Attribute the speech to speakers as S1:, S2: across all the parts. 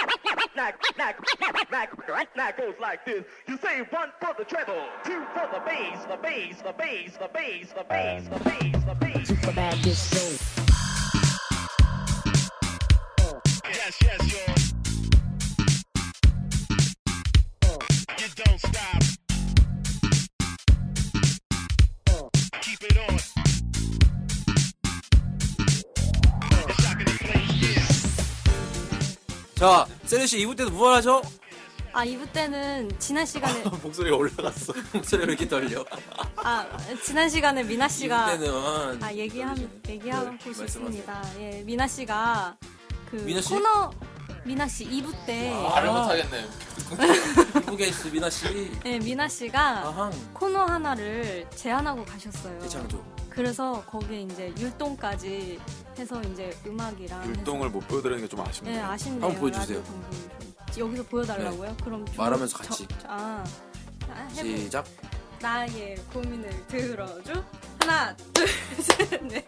S1: knock, knock, knock, knock, knock, knock goes like this. You say one for the treble, two for the bass, the bass, the bass, the bass, the bass, the bass, the bass.
S2: super bad bitch soul.
S3: Yes, yes, y'all. Uh, You don't stop. Uh, Keep it on. It's shocking the place,
S4: 자, 세리 씨 2부 때도 무한하죠?
S5: 아 이부 때는 지난 시간에
S4: 목소리가 올라갔어. 목소리 왜 이렇게 떨려?
S5: 아 지난 시간에 미나 씨가
S4: 그때는
S5: 아 얘기함 얘기하고
S4: 네,
S5: 싶습니다. 예 미나 씨가 그
S4: 미나 씨?
S5: 코너 미나 씨 이부 때
S4: 말을
S6: 못하겠네.
S4: 미국에 있어 아. 미나 씨.
S5: 예, 미나 씨가
S4: 아항.
S5: 코너 하나를 제안하고 가셨어요.
S4: 대창조.
S5: 그래서 거기에 이제 율동까지 해서 이제 음악이랑 해서-
S6: 율동을 못 보여드리는 게 좀 아쉽네요.
S5: 예, 아쉽네요.
S4: 한번 보여주세요. 네.
S5: 라디오 방송이 좀. 여기서 보여달라고요? 그럼 좀-
S4: 말하면서
S5: 저-
S4: 같이.
S5: 저- 아, 아, 해보-
S4: 시작.
S5: 나의 고민을 들어줘. 하나, 둘, 셋, 넷.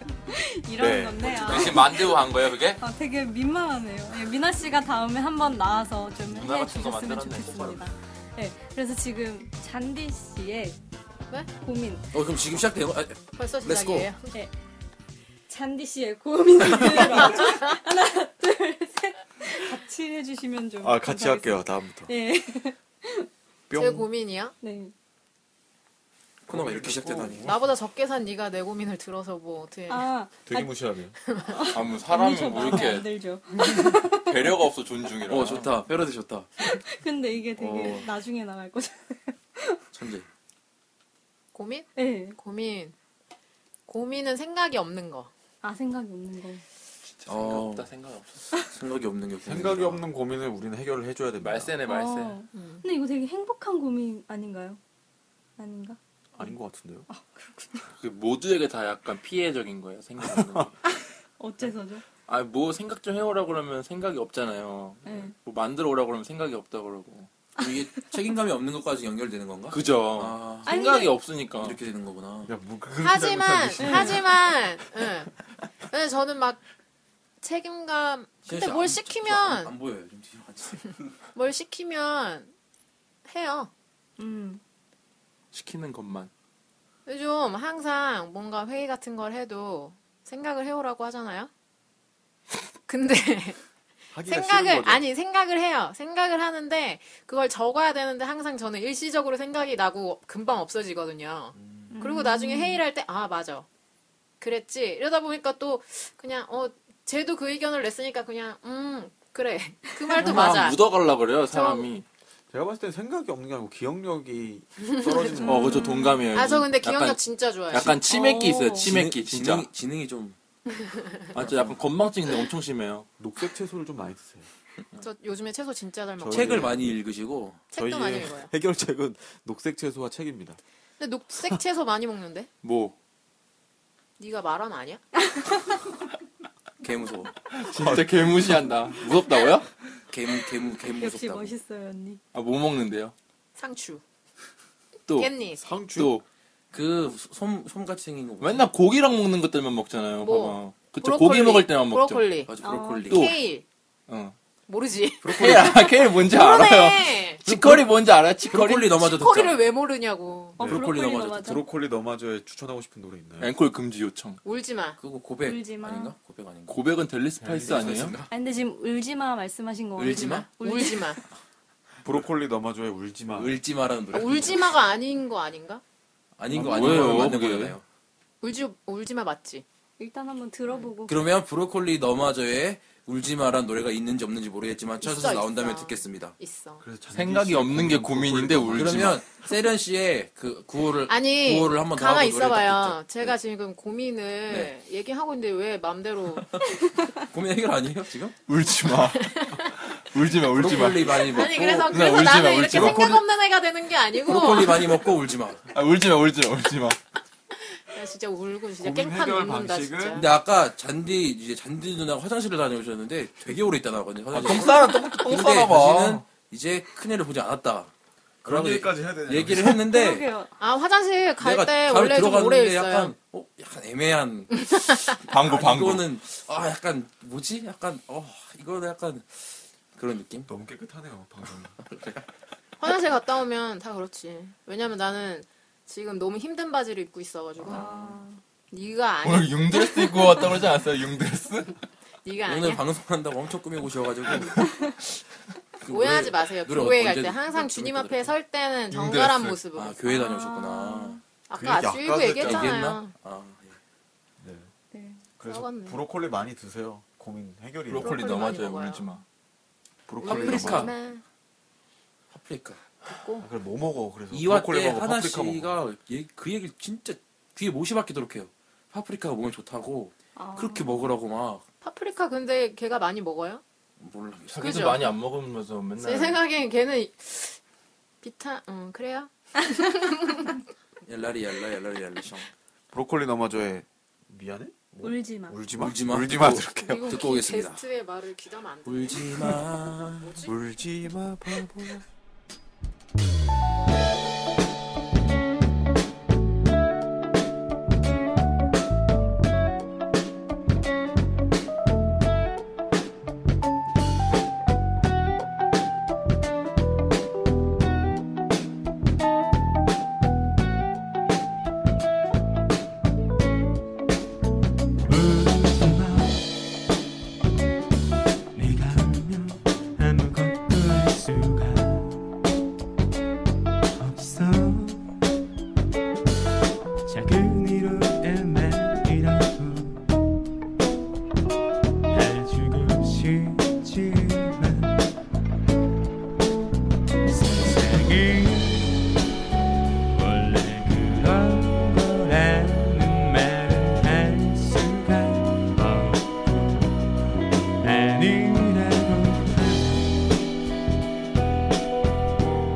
S5: 이런
S6: 네.
S5: 건데. 아,
S7: 지금 만들고 간 거예요, 그게?
S5: 아, 되게 민망하네요. 예, 미나 씨가 다음에 한번 나와서 좀
S7: 누나
S5: 해
S7: 같은 거
S5: 주셨으면
S7: 만들었네,
S5: 좋겠습니다. 예, 그래서 지금 잔디 씨의 고민.
S4: 어 그럼 지금 시작돼요? 아,
S8: 벌써
S4: Let's go.
S8: 시작이에요.
S5: 예. 잔디 씨의 고민을 들어줘. 하나, 둘, 셋. 같이 해주시면 좀.
S6: 아, 같이
S5: 감사하겠습니다.
S6: 할게요. 다음부터.
S5: 예.
S8: 제
S6: 뿅.
S8: 고민이야?
S5: 네.
S4: 코너가 이렇게 시작되다니.
S8: 나보다 적게 산 네가 내 고민을 들어서 뭐 어떻게
S5: 아,
S6: 되게 무시하네요.
S7: 아, 뭐
S5: 저
S7: 사람은 뭐
S5: 마음에 안
S7: 이렇게
S5: 들죠.
S7: 배려가 없어, 존중이라.
S4: 어 좋다. 패러디 좋다.
S5: 근데 이게 되게
S4: 어.
S5: 나중에 나갈 거죠.
S4: 천재.
S8: 고민?
S5: 예. 네.
S8: 고민. 고민은 생각이 없는 거.
S5: 아 생각이 없는 거.
S7: 생각
S4: 어.
S7: 없다, 생각 없어.
S4: 생각이 없는 게 없네.
S6: 생각이 없는 고민을 우리는 해결을 해줘야 됩니다.
S7: 말세네, 말세.
S5: 어. 근데 이거 되게 행복한 고민 아닌가요? 아닌가?
S6: 아닌 것 같은데요?
S7: 그 모두에게 다 약간 피해적인 거예요, 생각 없는 거.
S5: 어째서죠?
S7: 아, 뭐 생각 좀 해오라 그러면 생각이 없잖아요.
S5: 네.
S7: 뭐 만들어 오라 그러면 생각이 없다 그러고.
S4: 이게 책임감이 없는 것까지 연결되는 건가?
S7: 그죠.
S4: 아
S7: 어. 생각이
S5: 아니,
S7: 없으니까.
S4: 이렇게 되는 거구나.
S6: 야, 뭐 그렇게
S8: 하지만
S6: 잘못하면
S8: 하지만 응. 근데 저는 막 책임감 근데
S4: 진짜
S8: 뭘
S4: 안- 안,
S8: 시키면
S4: 안 보여요. 아, 좀 뒤로 같이.
S8: 뭘 시키면 해요.
S5: 음.
S7: 시키는 것만.
S8: 요즘 항상 뭔가 회의 같은 걸 해도 생각을 해오라고 하잖아요. 근데
S6: 하기가 싫은
S8: 생각을
S6: 거죠.
S8: 아니 생각을 해요. 생각을 하는데 그걸 적어야 되는데 항상 저는 일시적으로 생각이 나고 금방 없어지거든요.
S6: 음.
S8: 그리고 나중에 회의를 할 때 아 맞아 그랬지 이러다 보니까 또 그냥 어 쟤도 그 의견을 냈으니까 그냥 음 그래 그
S6: 음.
S8: 말도 맞아.
S7: 묻어갈라 그래요, 사람이.
S6: 제가 봤을 땐 생각이 없는 게 아니고 뭐 기억력이 떨어지는
S7: 어, 그죠, 동감이에요.
S8: 아 저 근데 기억력
S7: 약간,
S8: 진짜 좋아요.
S7: 약간 치맥기 있어요,
S5: 어.
S7: 치맥기,
S4: 지능-
S7: 진짜.
S4: 지능이, 지능이 좀
S7: 아, 저 약간 건망증이 엄청 심해요.
S6: 녹색 채소를 좀 많이 드세요.
S8: 저 요즘에 채소 진짜 잘 먹어요.
S6: 저희-
S4: 책을 많이 읽으시고
S8: 책도 많이 읽어요.
S6: 해결책은 녹색 채소와 책입니다.
S8: 근데 녹색 채소 많이 먹는데?
S7: 뭐.
S8: 네가 말한 아니야?
S4: 개 무서워.
S6: 아.
S7: 진짜 개무시한다. 무섭다고요?
S4: 개무 개무 개무
S5: 역시
S4: 무섭다고.
S5: 멋있어요 언니.
S7: 아, 뭐 먹는데요?
S8: 상추,
S7: 또.
S8: 깻잎,
S6: 상추.
S7: 또.
S4: 그솜 솜같이 생긴 거. 보세요.
S7: 맨날 고기랑 먹는 것들만 먹잖아요.
S8: 뭐?
S7: 봐봐. 그쵸, 고기 먹을 때만 먹죠.
S8: 브로콜리,
S4: 맞아 브로콜리.
S7: 또.
S8: 케일
S7: 어.
S8: 모르지.
S7: 케일, 아, 케일 뭔지 알아요?
S8: 그러네.
S7: 치커리 뭔지 알아요? 치커리?
S4: 브로콜리 넘어져
S8: 치커리를
S4: 듣자.
S8: 왜 모르냐고.
S5: 어,
S4: 브로콜리 넘어져.
S8: 아,
S6: 브로콜리 너마저에 추천하고 싶은 노래 있나요?
S7: 앵콜 금지 요청.
S8: 울지 마.
S4: 그거 고백
S5: 울지 마.
S4: 아닌가? 고백 아닌가?
S7: 고백은 델리 스파이스 아니에요?
S4: 스파이스인가?
S5: 아 근데 지금 울지마 말씀하신 거
S4: 울지마?
S5: 울지
S8: 울지 마.
S6: 브로콜리 너마저에 울지마.
S4: 아, 울지 마라는 노래.
S8: 아, 울지 마가 아닌 거 아닌가?
S4: 아닌 거
S7: 아,
S4: 아닌 거
S7: 뭐예요,
S4: 맞는
S7: 그게?
S4: 거잖아요.
S8: 울지 울지 마 맞지?
S5: 일단 한번 들어보고
S4: 그러면 브로콜리 너마저의 울지 마라는 노래가 있는지 없는지 모르겠지만 찾아서
S8: 있어.
S4: 나온 다음에 듣겠습니다.
S8: 있어.
S6: 그래서 잔디
S7: 생각이
S6: 씨
S7: 없는 게 고민인데 울지 마.
S4: 그러면 세련 씨의 그 구호를
S8: 아니
S4: 구호를 한번 더
S8: 가만
S4: 하고 노래를 딱
S8: 있어봐요.
S4: 듣죠.
S8: 제가 지금 고민을 얘기하고 있는데 왜 맘대로
S4: 고민 해결 아니에요 지금?
S7: 울지 마. 울지 마, 울지 마.
S4: 브로콜리 많이 먹고
S8: 아니 그래서
S7: 누나,
S8: 그래서
S7: 울지 마,
S8: 나는 이렇게
S7: 울지 마.
S8: 생각 없는 애가 되는 게 아니고
S4: 브로콜리 많이 먹고 울지 마.
S7: 아, 울지 마, 울지 마, 울지 마.
S8: 나 진짜 울고 진짜
S6: 고민
S8: 깽판
S6: 해결
S8: 웃는다
S6: 방식은?
S8: 진짜.
S4: 근데 아까 잔디 이제 잔디 누나가 화장실을 다녀오셨는데 되게 오래 있다 나거든요.
S9: 아,
S4: 화장실.
S7: 싸라, 똥
S4: 근데 당신은 이제 큰애를 보지 않았다.
S9: 그런
S4: 라고
S9: 얘기까지 해야 되냐?
S4: 얘기를 했는데
S5: 그러게요.
S8: 아 화장실 갈
S4: 내가
S8: 때
S4: 바로
S8: 원래 좀
S4: 들어갔는데
S8: 오래 있어요.
S4: 약간 어, 약간 애매한 아,
S7: 방구, 방구.
S4: 이거는 아 약간 뭐지? 약간 어 이거는 약간 그런 느낌?
S6: 너무 깨끗하네요 방금.
S8: 화장실 갔다 오면 다 그렇지. 왜냐면 나는 지금 너무 힘든 바지를 입고 있어가지고
S5: 아,
S8: 네가 아니
S7: 오늘 융드레스 입고 왔다고 그러지 않았어요? 융드레스?
S8: 네가
S4: 오늘
S8: 아니야.
S4: 방송한다고 엄청 꾸미고 오셔가지고 그
S8: 오해하지
S4: 노래-
S8: 마세요.
S4: 노래
S8: 교회
S4: 언제
S8: 갈 때 항상
S4: 언제
S8: 주님
S4: 꾸밀까
S8: 앞에
S4: 그랬죠?
S8: 설 때는
S7: 융드레스.
S8: 정갈한 모습으로.
S4: 아 교회 다녀오셨구나
S8: 아까
S6: 얘기
S8: 아주 일부
S6: 아까도
S8: 얘기했잖아요.
S4: 얘기했나? 아, 예.
S6: 네.
S5: 네.
S6: 그래서
S8: 싸웠네.
S6: 브로콜리 많이 드세요. 고민 해결이.
S7: 브로콜리
S8: 브로콜리 많이
S7: 넘어져요.
S8: 먹어요.
S7: 울지 마.
S6: 브로콜리
S4: 파프리카.
S6: 넘어져.
S8: 정말
S4: 파프리카
S6: 아, 그래 뭐 먹어? 그래서
S4: 이화
S6: 브로콜리
S4: 때
S6: 먹어.
S4: 하나
S6: 파프리카 먹어.
S4: 씨가 얘- 그 얘기를 진짜 귀에 못이 박히도록 해요 파프리카가 몸에 좋다고
S5: 아.
S4: 그렇게 먹으라고 막
S8: 파프리카 근데 걔가 많이 먹어요?
S4: 몰라
S7: 자기도
S8: 그죠?
S7: 많이 안 먹으면서 맨날
S4: 네.
S8: 제 생각엔 걔는 이- 비타 음 그래요?
S4: 얄라리 얄라 얄라리 얄라샹
S6: 브로콜리 넘어져에 미안해?
S5: 울지 마.
S6: 울지 마.
S4: 뭐? 울지 마.
S6: 울지 마.
S4: 듣고-
S6: 들을게요.
S8: 미국
S4: 듣고 오겠습니다.
S8: 게스트의 말을 귀담아 안 듣.
S4: 울지마
S6: 울지 마 바보야.
S9: 내가 하면 아무것도 할 수가 없어 작은 위로의 말이라도 해주고 싶지만 세상이 원래 그런 거라는 말을 할 수가 없어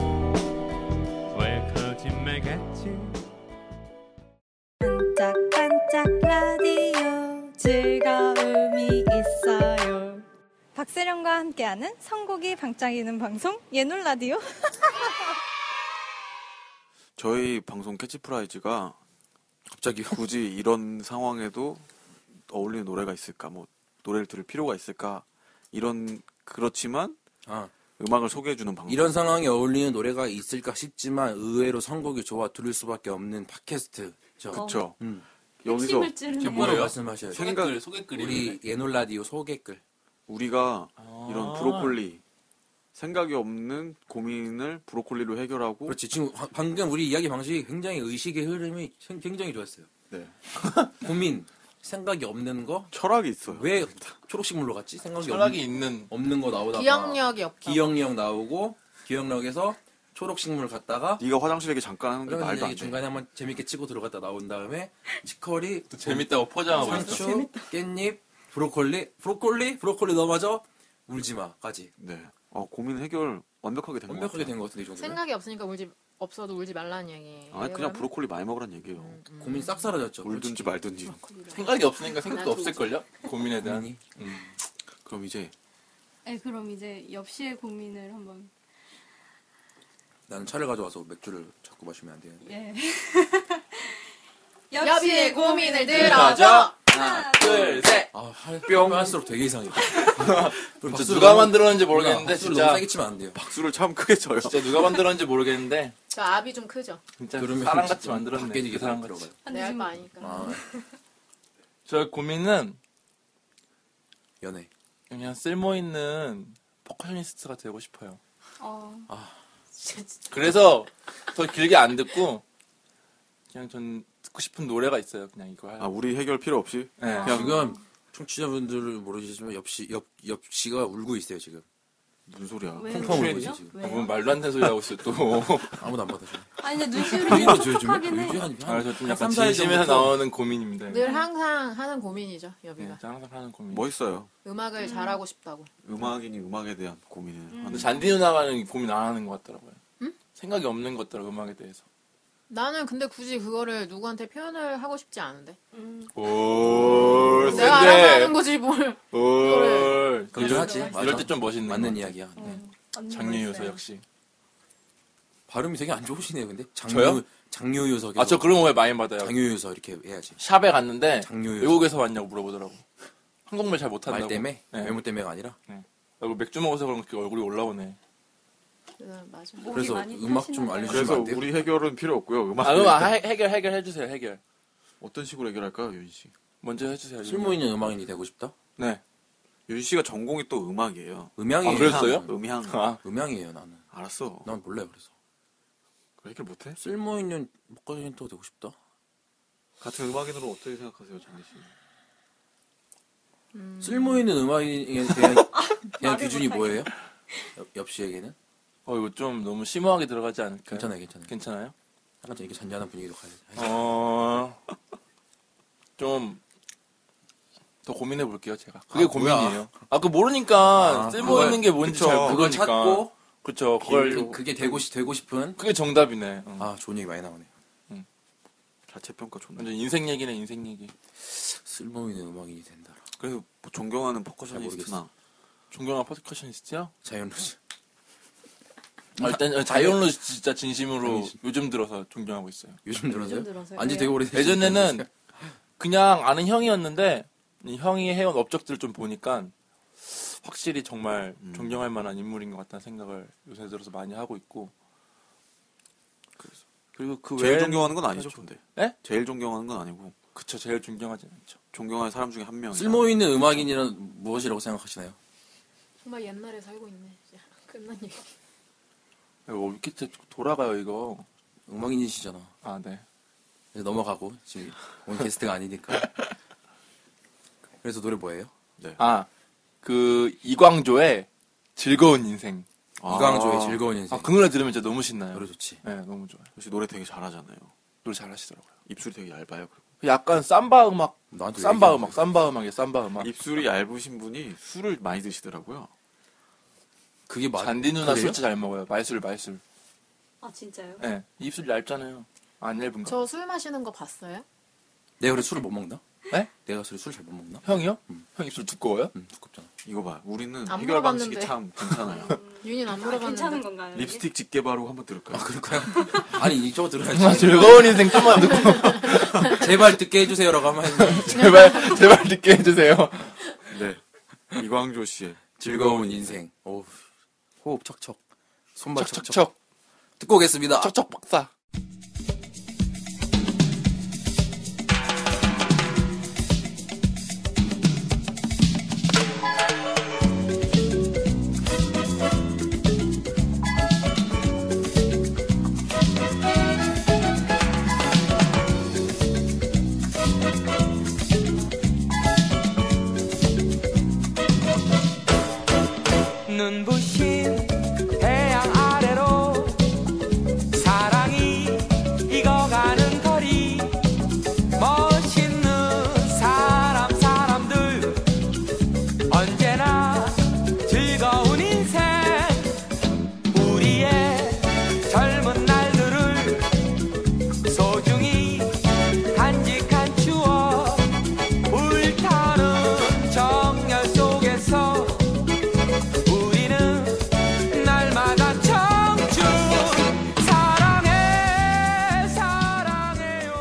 S9: 아니라고 왜 거짓말 같지
S10: 반짝반짝 라디오 즐거움이 있어요. 박세령과 함께하는 선곡이 반짝이는 방송 예놀 라디오.
S6: 저희 방송 캐치프라이즈가 갑자기 굳이 이런 상황에도 어울리는 노래가 있을까? 뭐 노래를 들을 필요가 있을까? 이런 그렇지만
S4: 아
S6: 음악을 소개해 주는 방송.
S4: 이런 상황에 어울리는 노래가 있을까 싶지만 의외로 선곡이 좋아 들을 수밖에 없는 팟캐스트
S8: 어.
S4: 죠
S6: 그렇죠.
S4: 음.
S6: 여기서
S5: 핵심을 찌르네.
S4: 뭐라고 말씀하셔야 돼요
S6: 생각-
S11: 소개글 소개글이
S4: 우리 예놀 라디오 소개글
S6: 우리가
S4: 아.
S6: 이런 브로콜리 생각이 없는 고민을 브로콜리로 해결하고
S4: 그렇지 지금 화- 방금 우리 이야기 방식이 굉장히 의식의 흐름이 생- 굉장히 좋았어요
S6: 네.
S4: 고민 생각이 없는
S6: 철학이 있어요.
S4: 거 왜 초록식물로 갔지 생각이
S7: 철학이 있는
S4: 없, 는거 나오다가
S8: 기억력이 없다.
S4: 기억력 나오고 기억력에서 초록식물 갔다가
S6: 네가 화장실 얘기 잠깐 하는 게 말도
S4: 그러면서
S6: 안
S4: 얘기
S6: 돼.
S4: 중간에 한번 재밌게 치고 들어갔다 나온 다음에 치커리
S7: 또 재밌다고 포장하고 있어.
S4: 상추 깻잎 브로콜리 브로콜리 브로콜리 넘어져 울지마까지
S6: 네. 어, 고민 해결 완벽하게 된거 같아요.
S4: 완벽하게 된 것 같은데 이 정도면
S8: 생각이 없으니까 울지 없어도 울지 말라는 얘기.
S6: 아니 그냥 브로콜리 많이 먹으란 얘기예요.
S5: 음.
S4: 고민 싹 사라졌죠
S6: 울든지 말든지.
S7: 생각이 없으니까 생각도
S8: 나도
S7: 없을걸요? 고민에 대한.
S4: 고민이
S6: 그럼 이제
S5: 네, 그럼 이제 엽시의 고민을 한번
S4: 나는 차를 가져와서 맥주를 자꾸 마시면 안 되는데
S5: 예.
S8: 여비의 고민을
S4: 네,
S8: 들어줘.
S4: 하나
S7: 둘, 셋!
S4: 아뿅 할수록 되게 이상해
S7: 진짜 누가 만들었는지 모르겠는데,
S4: 박수를 너무
S7: 진짜.
S4: 세게 치면 안 돼요
S6: 박수를 참 크게 쳐요.
S7: 진짜 누가 만들었는지 모르겠는데,
S8: 저 압이 좀 크죠.
S7: 진짜
S4: 그러면
S7: 사람같이
S4: 진짜
S7: 만들었네.
S4: 깨지게
S7: 그 사람같이.
S4: 들어가요
S8: 내
S5: 네.
S8: 알바 아니까.
S4: 아
S7: 저의 고민은,
S4: 연애
S7: 그냥 쓸모있는 퍼커셔니스트가 되고 싶어요.
S5: 어,
S4: 아,
S7: 그래서 더 길게 안 듣고, 그냥 전 듣고 싶은 노래가 있어요. 그냥 이거
S6: 아
S7: 하려고.
S6: 우리 해결 필요 없이
S7: 네.
S4: 아, 지금 청취자분들은 모르시지만 엽시 엽 엽시가 울고 있어요 지금
S6: 무슨 소리야?
S5: 왜요?
S4: 펑펑 울고
S5: 왜요?
S4: 있어 지금
S8: 네.
S5: 왜요?
S7: 뭔뭐 말도 안 되는 소리 하고 있어, 또.
S4: 아무도 안 받아줘요
S5: 아니 근데 눈시울이
S4: 왜
S5: 좀
S4: 이러죠 요즘에
S5: 촉촉하긴
S4: 요즘
S5: 해.
S4: 한-
S7: 아,
S4: 한
S7: 저좀 약간
S4: 3, 4일
S7: 진심에서
S4: 전부터
S7: 나오는 고민입니다. 네,
S8: 늘 항상 하는 고민이죠 여비가.
S7: 진짜 항상 하는 고민.
S6: 멋있어요.
S8: 음악을 잘하고 싶다고.
S6: 음악인이 음악에 대한 고민을
S7: 근데
S6: 하는.
S7: 잔디 누나만은 고민 안 하는 것 같더라고요. 생각이 없는 것 같더라고 음악에 대해서.
S8: 나는 근데 굳이 그거를 누구한테 표현을 하고 싶지 않은데.
S7: 오,
S8: 내가 알아서 하는 거지 뭘.
S7: 올.
S4: 긍정하지.
S7: 이럴 때 좀 멋있는.
S4: 맞는
S7: 것 같아.
S4: 이야기야 네.
S5: 언니
S7: 장르 요소
S8: 네.
S5: 멋있어요.
S7: 역시.
S4: 발음이 되게 안 좋으시네요 근데 장유
S7: 저요?
S4: 장유유석
S7: 아 저 그런 거에 많이 받아요.
S4: 장유유석 이렇게 해야지
S7: 샵에 갔는데
S4: 장유 요소.
S7: 외국에서 왔냐고 물어보더라고. 한국말 잘
S4: 말
S7: 못한다고.
S4: 때문에
S7: 네.
S4: 외모 때문에가 아니라
S7: 네. 이거 맥주 먹어서 그런 게 얼굴이 올라오네.
S8: 네, 맞아.
S4: 그래서 음악 좀 알려주시면
S6: 그래서
S4: 안 돼요?
S6: 우리 해결은 필요 없고요. 음악
S7: 아, 음악
S6: 일단
S7: 해, 해결 해결 해주세요 해결.
S6: 어떤 식으로 해결할까요, 윤 씨?
S7: 먼저 해주세요.
S4: 쓸모 있는 음악인이 되고 싶다?
S7: 네.
S6: 윤 씨가 전공이 또 음악이에요.
S4: 음향이에요.
S7: 아, 그랬어요?
S4: 난.
S6: 음향.
S7: 아,
S4: 음향이에요 나는.
S6: 알았어.
S4: 난 몰라요 그래서.
S6: 그래, 해결 못해?
S4: 쓸모 있는 목걸이 힌트가 되고 싶다.
S6: 같은 음악인으로 어떻게 생각하세요, 장기 씨?
S4: 쓸모 있는 음악인에 대한, 대한 기준이 뭐예요? 옆, 옆 씨에게는?
S7: 어 이거 좀 너무 심오하게 들어가지 않을까요?
S4: 괜찮아요, 괜찮아요. 아,
S7: 괜찮아요?
S4: 약간 좀 이렇게 잔잔한 분위기로 가야 돼.
S7: 어. 좀 더 고민해 볼게요, 제가. 그게
S4: 아, 뭐야.
S7: 고민이에요. 아, 그 모르니까
S4: 아,
S7: 쓸모
S4: 그걸-
S7: 있는 게 뭔지
S6: 그쵸.
S7: 잘
S4: 그걸
S7: 모르니까.
S4: 찾고
S7: 그쵸. 그걸
S4: 그러니까. 그, 그게 되고 싶 되고 싶은
S7: 그게 정답이네. 어. 응.
S4: 아 좋은 얘기 많이 나오네.
S6: 자체 평가 좋네.
S7: 완전 인생 얘기네, 인생 얘기.
S4: 쓸모 있는 음악인이 된다.
S6: 그래서 뭐 존경하는
S4: 잘
S6: 퍼커셔니스트나
S7: 존경한 퍼스커션이시죠?
S4: 자이언루즈.
S7: 아, 일단
S4: 네.
S7: 자이언로 진짜 진심으로
S4: 아니지.
S7: 요즘 들어서 존경하고 있어요.
S4: 요즘 들어서요?
S5: 들어서요.
S4: 안지
S5: 네.
S4: 되게 오래됐어요.
S7: 예전에는 그냥 아는 형이었는데 이 형이 해온 업적들을 좀 보니까 확실히 정말
S4: 음.
S7: 존경할 만한 인물인 것 같다는 생각을 요새 들어서 많이 하고 있고 그리고 그
S6: 제일
S7: 외에
S6: 존경하는 건 아니죠, 근데.
S4: 네?
S7: 예?
S6: 제일 존경하는 건 아니고
S7: 그쵸 제일 존경하지 않죠
S6: 존경하는 사람 중에 한 명.
S4: 쓸모 있는 음악인이란 무엇이라고 생각하시나요?
S8: 정말 옛날에 살고 있네. 야, 끝난 얘기.
S7: 어, 뭐 이거 왜 이렇게 돌아가요 이거
S4: 음악인이시잖아.
S7: 아네
S4: 이제 넘어가고 지금 오늘 게스트가 아니니까. 그래서 노래 뭐예요?
S7: 아 그 이광조의 즐거운 인생
S6: 아,
S4: 이광조의 즐거운 인생.
S7: 아 그 노래 들으면 진짜 너무 신나요
S4: 노래 좋지.
S7: 네 너무 좋아요
S6: 역시 노래 되게 잘하잖아요.
S7: 노래 잘하시더라고요
S6: 입술이 되게 얇아요. 그리고.
S7: 약간 삼바 음악
S4: 나한테 왜
S7: 삼바
S4: 얘기하는
S7: 음악 삼바 음악이에요 삼바 음악
S6: 입술이 얇으신 분이 술을 많이 드시더라고요.
S4: 그게 맞.
S7: 잔디 누나
S4: 그래요?
S7: 술 진짜 잘 먹어요. 말술 말술.
S5: 아 진짜요?
S4: 네.
S7: 예. 입술 얇잖아요. 안 얇은가?
S8: 저 술 마시는 거 봤어요?
S4: 내가 그래 술을 못 먹나?
S7: 네?
S4: 내가 술을 술잘 못 먹나?
S7: 형이요? 형 입술 두꺼워요?
S4: 음 두껍잖아.
S6: 이거 봐. 우리는
S8: 안
S6: 해결 방식이
S8: 물어봤는데. 네.
S6: 참 괜찮아요.
S8: 윤인 안
S5: 아,
S8: 물어봤는데.
S5: 괜찮은 건가요? 이게?
S6: 립스틱 집게 바로 한번 들을까요?
S4: 아, 그럴까요? 아니 이거
S7: 아,
S4: 들어야지.
S7: 즐거운 인생 좀만 듣고
S4: 제발 듣게 해주세요라고 하면 했는데.
S7: 제발 제발 듣게 해주세요.
S6: 네. 이광조 씨의
S4: 즐거운 인생. 오 호흡 척척. 손발 척척.
S7: 척척척
S4: 듣고 오겠습니다.
S7: 척척 박사.
S1: 눈부신 태양 아래로 사랑이 익어가는 거리 멋있는 사람 사람들 언제나 즐거운 인생 우리의 젊은 날들을 소중히 간직한 추억 울타는 정열 속에서 우리는 날마다 청춘 사랑해 사랑해요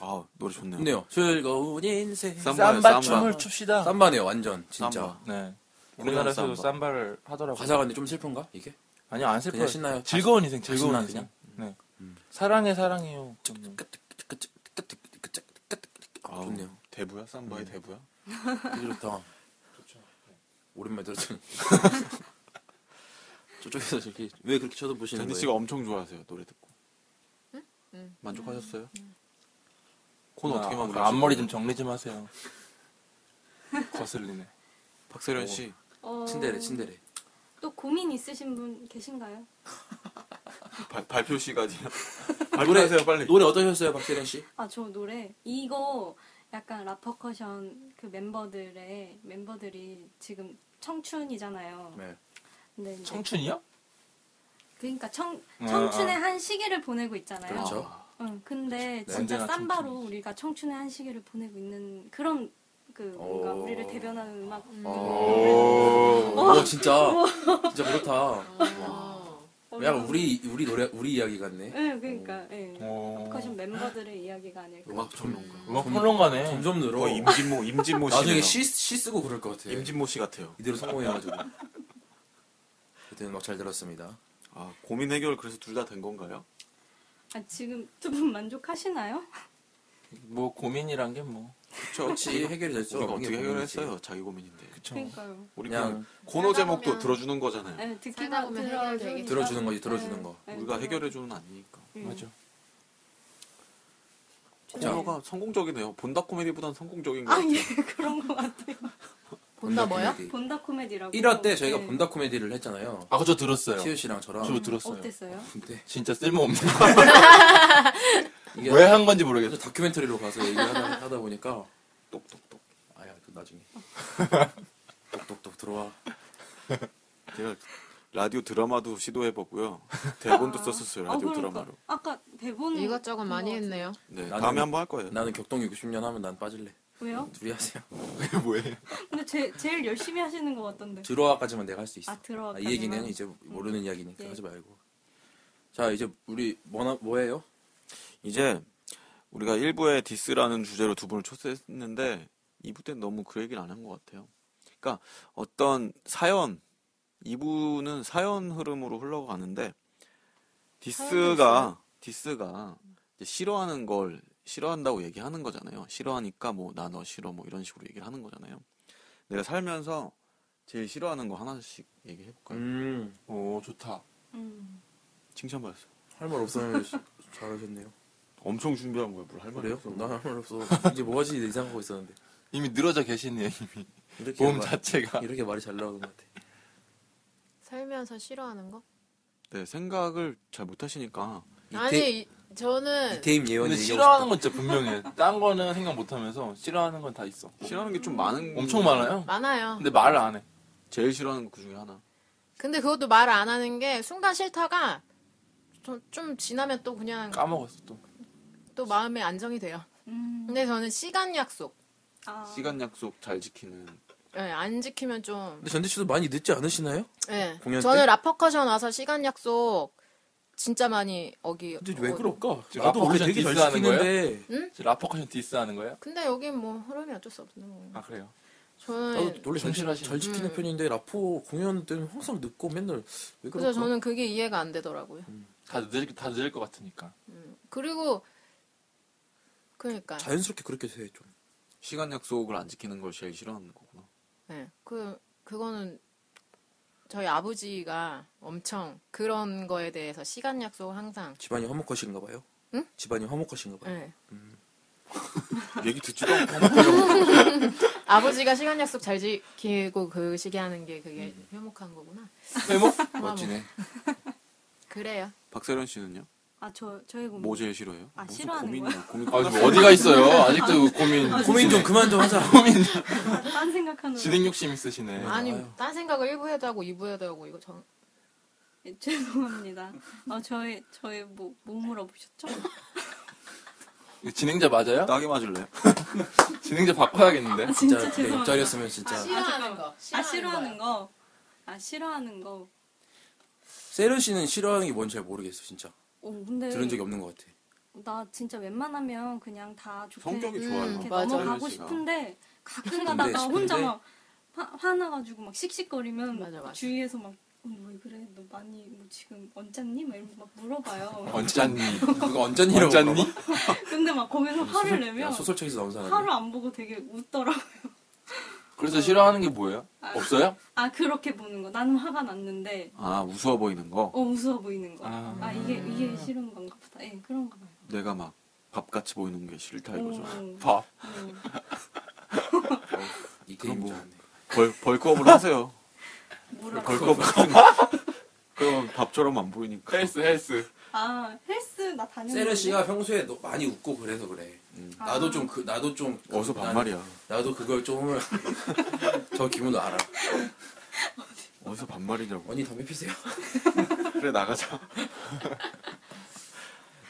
S6: 아 노래 좋네요.
S4: 좋네요. 즐거운 인생.
S6: 삼바예요,
S7: 쌈바
S6: 삼바.
S7: 춤을 춥시다.
S4: 삼바네요 완전 진짜.
S6: 삼바.
S7: 네.
S6: 우리나라에서도
S7: 우리나라에서도 쌈바를 하더라고요.
S4: 가사가 근데 좀 슬픈가 이게?
S7: 아니 안 슬퍼요.
S4: 그냥 신나요.
S7: 즐거운 인생, 즐거운
S4: 신나요,
S7: 인생. 네. 사랑해 사랑해요. 그러면
S6: 아,
S4: 좋네요.
S6: 대부야? 삼바의
S4: 음.
S6: 대부야?
S4: 좋다.
S6: 네.
S4: 오랜만에 들었던. 저쪽에서 저렇게 왜 그렇게 쳐다보시는
S6: 잔디
S4: 거예요?
S6: 씨가 엄청 좋아하세요 노래 듣고. 만족하셨어요? 콘 어떻게
S7: 아,
S6: 마무리?
S7: 그 앞머리 좀 정리 좀 하세요. 거슬리네.
S6: 박세련 씨.
S5: 어,
S4: 친데레 친데레.
S5: 또 고민 있으신 분 계신가요?
S6: 발- 발표 시간이요. 발표하세요 빨리.
S4: 노래 어떠셨어요 박세련 씨?
S5: 아 저 노래 이거 약간 라퍼커션 그 멤버들의 멤버들이 지금 청춘이잖아요.
S4: 네.
S5: 근데 이제
S7: 청춘이요?
S5: 그러니까 청
S7: 아,
S5: 청춘의 한 시기를 보내고 있잖아요.
S4: 그렇죠.
S5: 응, 근데 진짜
S7: 언제나
S5: 쌈바로 우리가 청춘의 한 시기를 보내고 있는 그런 그 뭔가
S4: 오.
S5: 우리를 대변하는 음악.
S4: 오, 진짜 진짜 그렇다.
S8: 어.
S4: 약간 우리 우리 노래 우리 이야기 같네.
S5: 네, 그러니까 예.
S7: 어.
S5: 퍼커션 멤버들의 이야기가 아닐까.
S4: 음. 음악 평론가.
S7: 음악 뭐 평론가네.
S4: 점점 늘어.
S6: 거의 임진모 임진모 씨
S4: 나중에 시, 시 쓰고 그럴 것 같아.
S6: 임진모 씨 같아요.
S4: 이대로 성공해가지고. 그때는 막 잘 들었습니다.
S6: 아 고민 해결 그래서 둘 다 된 건가요?
S5: 아, 지금 두 분 만족하시나요?
S4: 어.
S7: 뭐 고민이란 게 뭐.
S4: 그렇지 해결이 됐죠.
S6: 우리가 어떻게
S4: 이게 고민이지.
S6: 해결했어요? 자기 고민인데.
S5: 그러니까요.
S6: 우리
S4: 그냥
S6: 그냥 코너
S8: 살다
S6: 제목도
S8: 보면-
S6: 들어주는 거잖아요.
S5: 네,
S8: 살다
S5: 듣기만 예,
S8: 보면
S5: 들어
S8: 해결되겠죠.
S4: 들어주는 거지 들어주는 거.
S5: 네,
S6: 우리가 해결해 주는 아니니까.
S5: 예,
S7: 맞아.
S6: 코너가 성공적이네요. 본다 코미디보단 성공적인 거.
S5: 아,
S6: 같아요.
S5: 예, 그런 거 같아요.
S8: 본다 뭐요?
S4: 코미디.
S5: 본다 코미디라고.
S4: 1화 때 저희가
S5: 네.
S4: 본다 코미디를 했잖아요.
S7: 아, 그저 들었어요.
S4: 시우 씨랑 저랑.
S7: 저 들었어요.
S5: 어땠어요?
S4: 근데
S7: 진짜 쓸모없는
S4: 이게
S7: 거 왜 한 건지
S4: 그래서
S7: 모르겠어.
S4: 다큐멘터리로 가서 얘기하다 하다 보니까 똑똑똑. 아야 그 나중에. 똑똑똑 들어와.
S6: 제가 라디오 드라마도 시도해 보고요. 대본도 썼었어요.
S5: 아,
S6: 라디오
S5: 그러니까.
S6: 드라마로.
S5: 아까 대본
S8: 이것저것
S5: 본
S8: 많이
S5: 거
S8: 했네요.
S6: 네,
S4: 나는-
S6: 다음에 한번 할 거예요.
S4: 나는 격동 60년 하면 난 빠질래.
S5: 왜요?
S4: 둘이 하세요.
S7: 뭐해?
S5: 근데 제, 제일 열심히 하시는 것 같던데.
S4: 들어와까지만 내가 할 수 있어.
S5: 아, 들어와까지만?
S4: 이 얘기는 이제 모르는 이야기니까
S5: 예.
S4: 하지 말고. 자 이제 우리 뭐나 뭐예요?
S6: 이제 우리가 1부에 디스라는 주제로 두 분을 초대했는데 2부 때는 너무 그 얘기를 안 한 것 같아요. 그러니까 어떤 사연, 2부는 사연 흐름으로 흘러가는데 디스가 디스가 이제 싫어하는 걸 싫어한다고 얘기하는 거잖아요. 싫어하니까 뭐 나 너 싫어 뭐 이런 식으로 얘기를 하는 거잖아요. 내가 살면서 제일 싫어하는 거 하나씩 얘기해 볼까요?
S4: 음.
S7: 오 어, 좋다.
S5: 음.
S6: 칭찬받았어.
S4: 할 말 없으면 잘하셨네요.
S6: 엄청 준비한 거야, 뭘할 말이
S4: 그래요?
S6: 없어.
S4: 나 할 말 없어. 이제 뭐 하지 이상하고 있었는데.
S7: 이미 늘어져 계시네요.
S4: 이렇게
S7: 몸
S4: 말-
S7: 자체가.
S4: 이렇게 말이 잘 나오는 것 같아.
S8: 살면서 싫어하는 거?
S6: 네, 생각을 잘 못 하시니까
S8: 아니 이-
S5: 네.
S8: 저는
S4: 이태임 예언
S7: 근데
S4: 얘기하고
S7: 싫어하는
S4: 싶다.
S7: 건 진짜 분명해. 딴 거는 생각 못 하면서 싫어하는 건 다 있어.
S6: 싫어하는 게 좀
S4: 음.
S6: 많은
S7: 엄청 많아요.
S8: 많아요.
S7: 근데 말을 안 해.
S6: 제일 싫어하는 거 중에 하나.
S8: 근데 그것도 말을 안 하는 게 순간 싫다가 좀, 좀 지나면 또 그냥
S7: 까먹었어 또.
S8: 또 마음의 안정이 돼요.
S5: 음.
S8: 근데 저는 시간 약속
S5: 아,
S6: 시간 약속 잘 지키는.
S8: 예, 안 지키면 좀
S4: 근데 전대 씨도 많이 늦지 않으시나요?
S8: 예.
S4: 네, 공연 때?
S8: 저는 라퍼커션 와서 시간 약속 진짜 많이 어기.
S4: 근데 왜
S8: 어,
S4: 그럴까?
S7: 지금
S4: 나도 원래
S7: 라퍼
S4: 되게 잘
S7: 디스하는
S4: 시키는데
S7: 지금 라퍼커션 디스하는 거예요?
S8: 근데 여긴 뭐 흐름이 어쩔 수 없는 거.
S7: 아 그래요.
S8: 저는
S4: 나도 원래 잘, 시-
S7: 성실하시네.
S4: 잘 지키는
S8: 음.
S4: 편인데 라포 공연 때는 항상 늦고 맨날 왜 그럴까?
S8: 그래서 저는 그게 이해가 안 되더라고요.
S4: 음.
S7: 다 늦을 다 늦을 것 같으니까.
S8: 그리고 그러니까
S4: 자연스럽게 그렇게 돼 좀.
S6: 시간 약속을 안 지키는 걸 제일 싫어하는 거구나.
S8: 네, 그 그거는 저희 아버지가 엄청 그런 거에 대해서 시간 약속을 항상
S4: 집안이 허무컷인가 봐요.
S8: 응?
S4: 집안이 허무컷인가 봐요.
S8: 네.
S6: 얘기 듣지도 않고.
S8: 아버지가 시간 약속 잘 지키고 그 시기 하는 게 그게
S4: 음.
S8: 회목한 거구나.
S7: 외모?
S4: 멋지네.
S8: 그래요.
S6: 박세련 씨는요?
S5: 아, 저, 저의 고민.
S6: 뭐 제일 싫어해요?
S5: 아,
S6: 무슨
S5: 싫어하는
S6: 고민이야? 고민
S7: 아
S6: 끝났어요?
S7: 지금 어디가 있어요? 아직도 고민.
S4: 고민 좀 그만 좀 하자.
S5: 딴 생각하는
S7: 진행 욕심 있으시네.
S8: 아니 딴 생각을 1부에도 하고 2부에도 하고 이거 전
S5: 예, 죄송합니다. 아, 저의, 저의 뭐, 뭐 물어보셨죠?
S4: 아,
S7: 진행자 맞아요?
S6: 따게 맞을래요?
S7: 진행자 바꿔야겠는데.
S5: 진짜
S4: 진짜 내
S5: 죄송합니다.
S4: 옆자리였으면 네, 진짜.
S8: 아, 싫어하는 거.
S5: 아, 싫어하는 거. 아, 싫어하는 거.
S4: 세련 씨는 싫어하는 게 뭔지 잘 모르겠어 진짜.
S5: 오, 근데.
S4: 들은 적이 없는 것 같아.
S5: 나 진짜 웬만하면 그냥 다 좋게
S6: 성격이
S8: 음,
S6: 좋아요.
S5: 이렇게
S8: 맞아.
S5: 넘어가고
S6: 그럴 수가.
S5: 싶은데 가끔
S4: 근데,
S5: 가다가 혼자
S4: 근데.
S5: 막 화, 화나가지고 막 씩씩거리면
S8: 맞아, 맞아.
S5: 주위에서 막 어, 왜 그래? 너 많이 뭐 지금 언짢니? 막 이러면서 막 물어봐요.
S7: 언짢니?
S4: 그거 언짢이라고.
S7: 언짢니?
S4: 물어봐.
S5: 근데 막 거기서 화를
S4: 야,
S5: 내면
S4: 소설책에서 나온 사람.
S5: 화를 안 보고 되게 웃더라고.
S7: 그래서 싫어하는 게 뭐예요? 없어요?
S5: 아 그렇게 보는 거. 나는 화가 났는데
S6: 아 우스워 보이는 거.
S5: 어 무서워 보이는 거. 아,
S7: 아,
S5: 이게 이게 싫은 건가 보다. 예 그런가 봐요.
S6: 내가 막 밥같이 보이는 게 싫다 이거죠.
S5: 오,
S7: 밥.
S5: 음.
S4: 이태임
S6: 그거 뭐-
S4: 좋네.
S6: 벌 벌크업을 하세요.
S5: 뭐라.
S6: 벌크업. 그럼 밥처럼 안 보이니까.
S7: 헬스 헬스.
S5: 아 헬스 나 다녔는데.
S4: 세련 씨가 평소에 너- 많이 웃고 그래서 그래. 나도 좀 그 나도 좀
S6: 어서
S4: 그-
S6: 반말이야.
S4: 나도 그걸 좀 저 기분도 알아.
S6: 어서 반말이냐고.
S4: 언니 담배 피세요.
S6: 그래 나가자.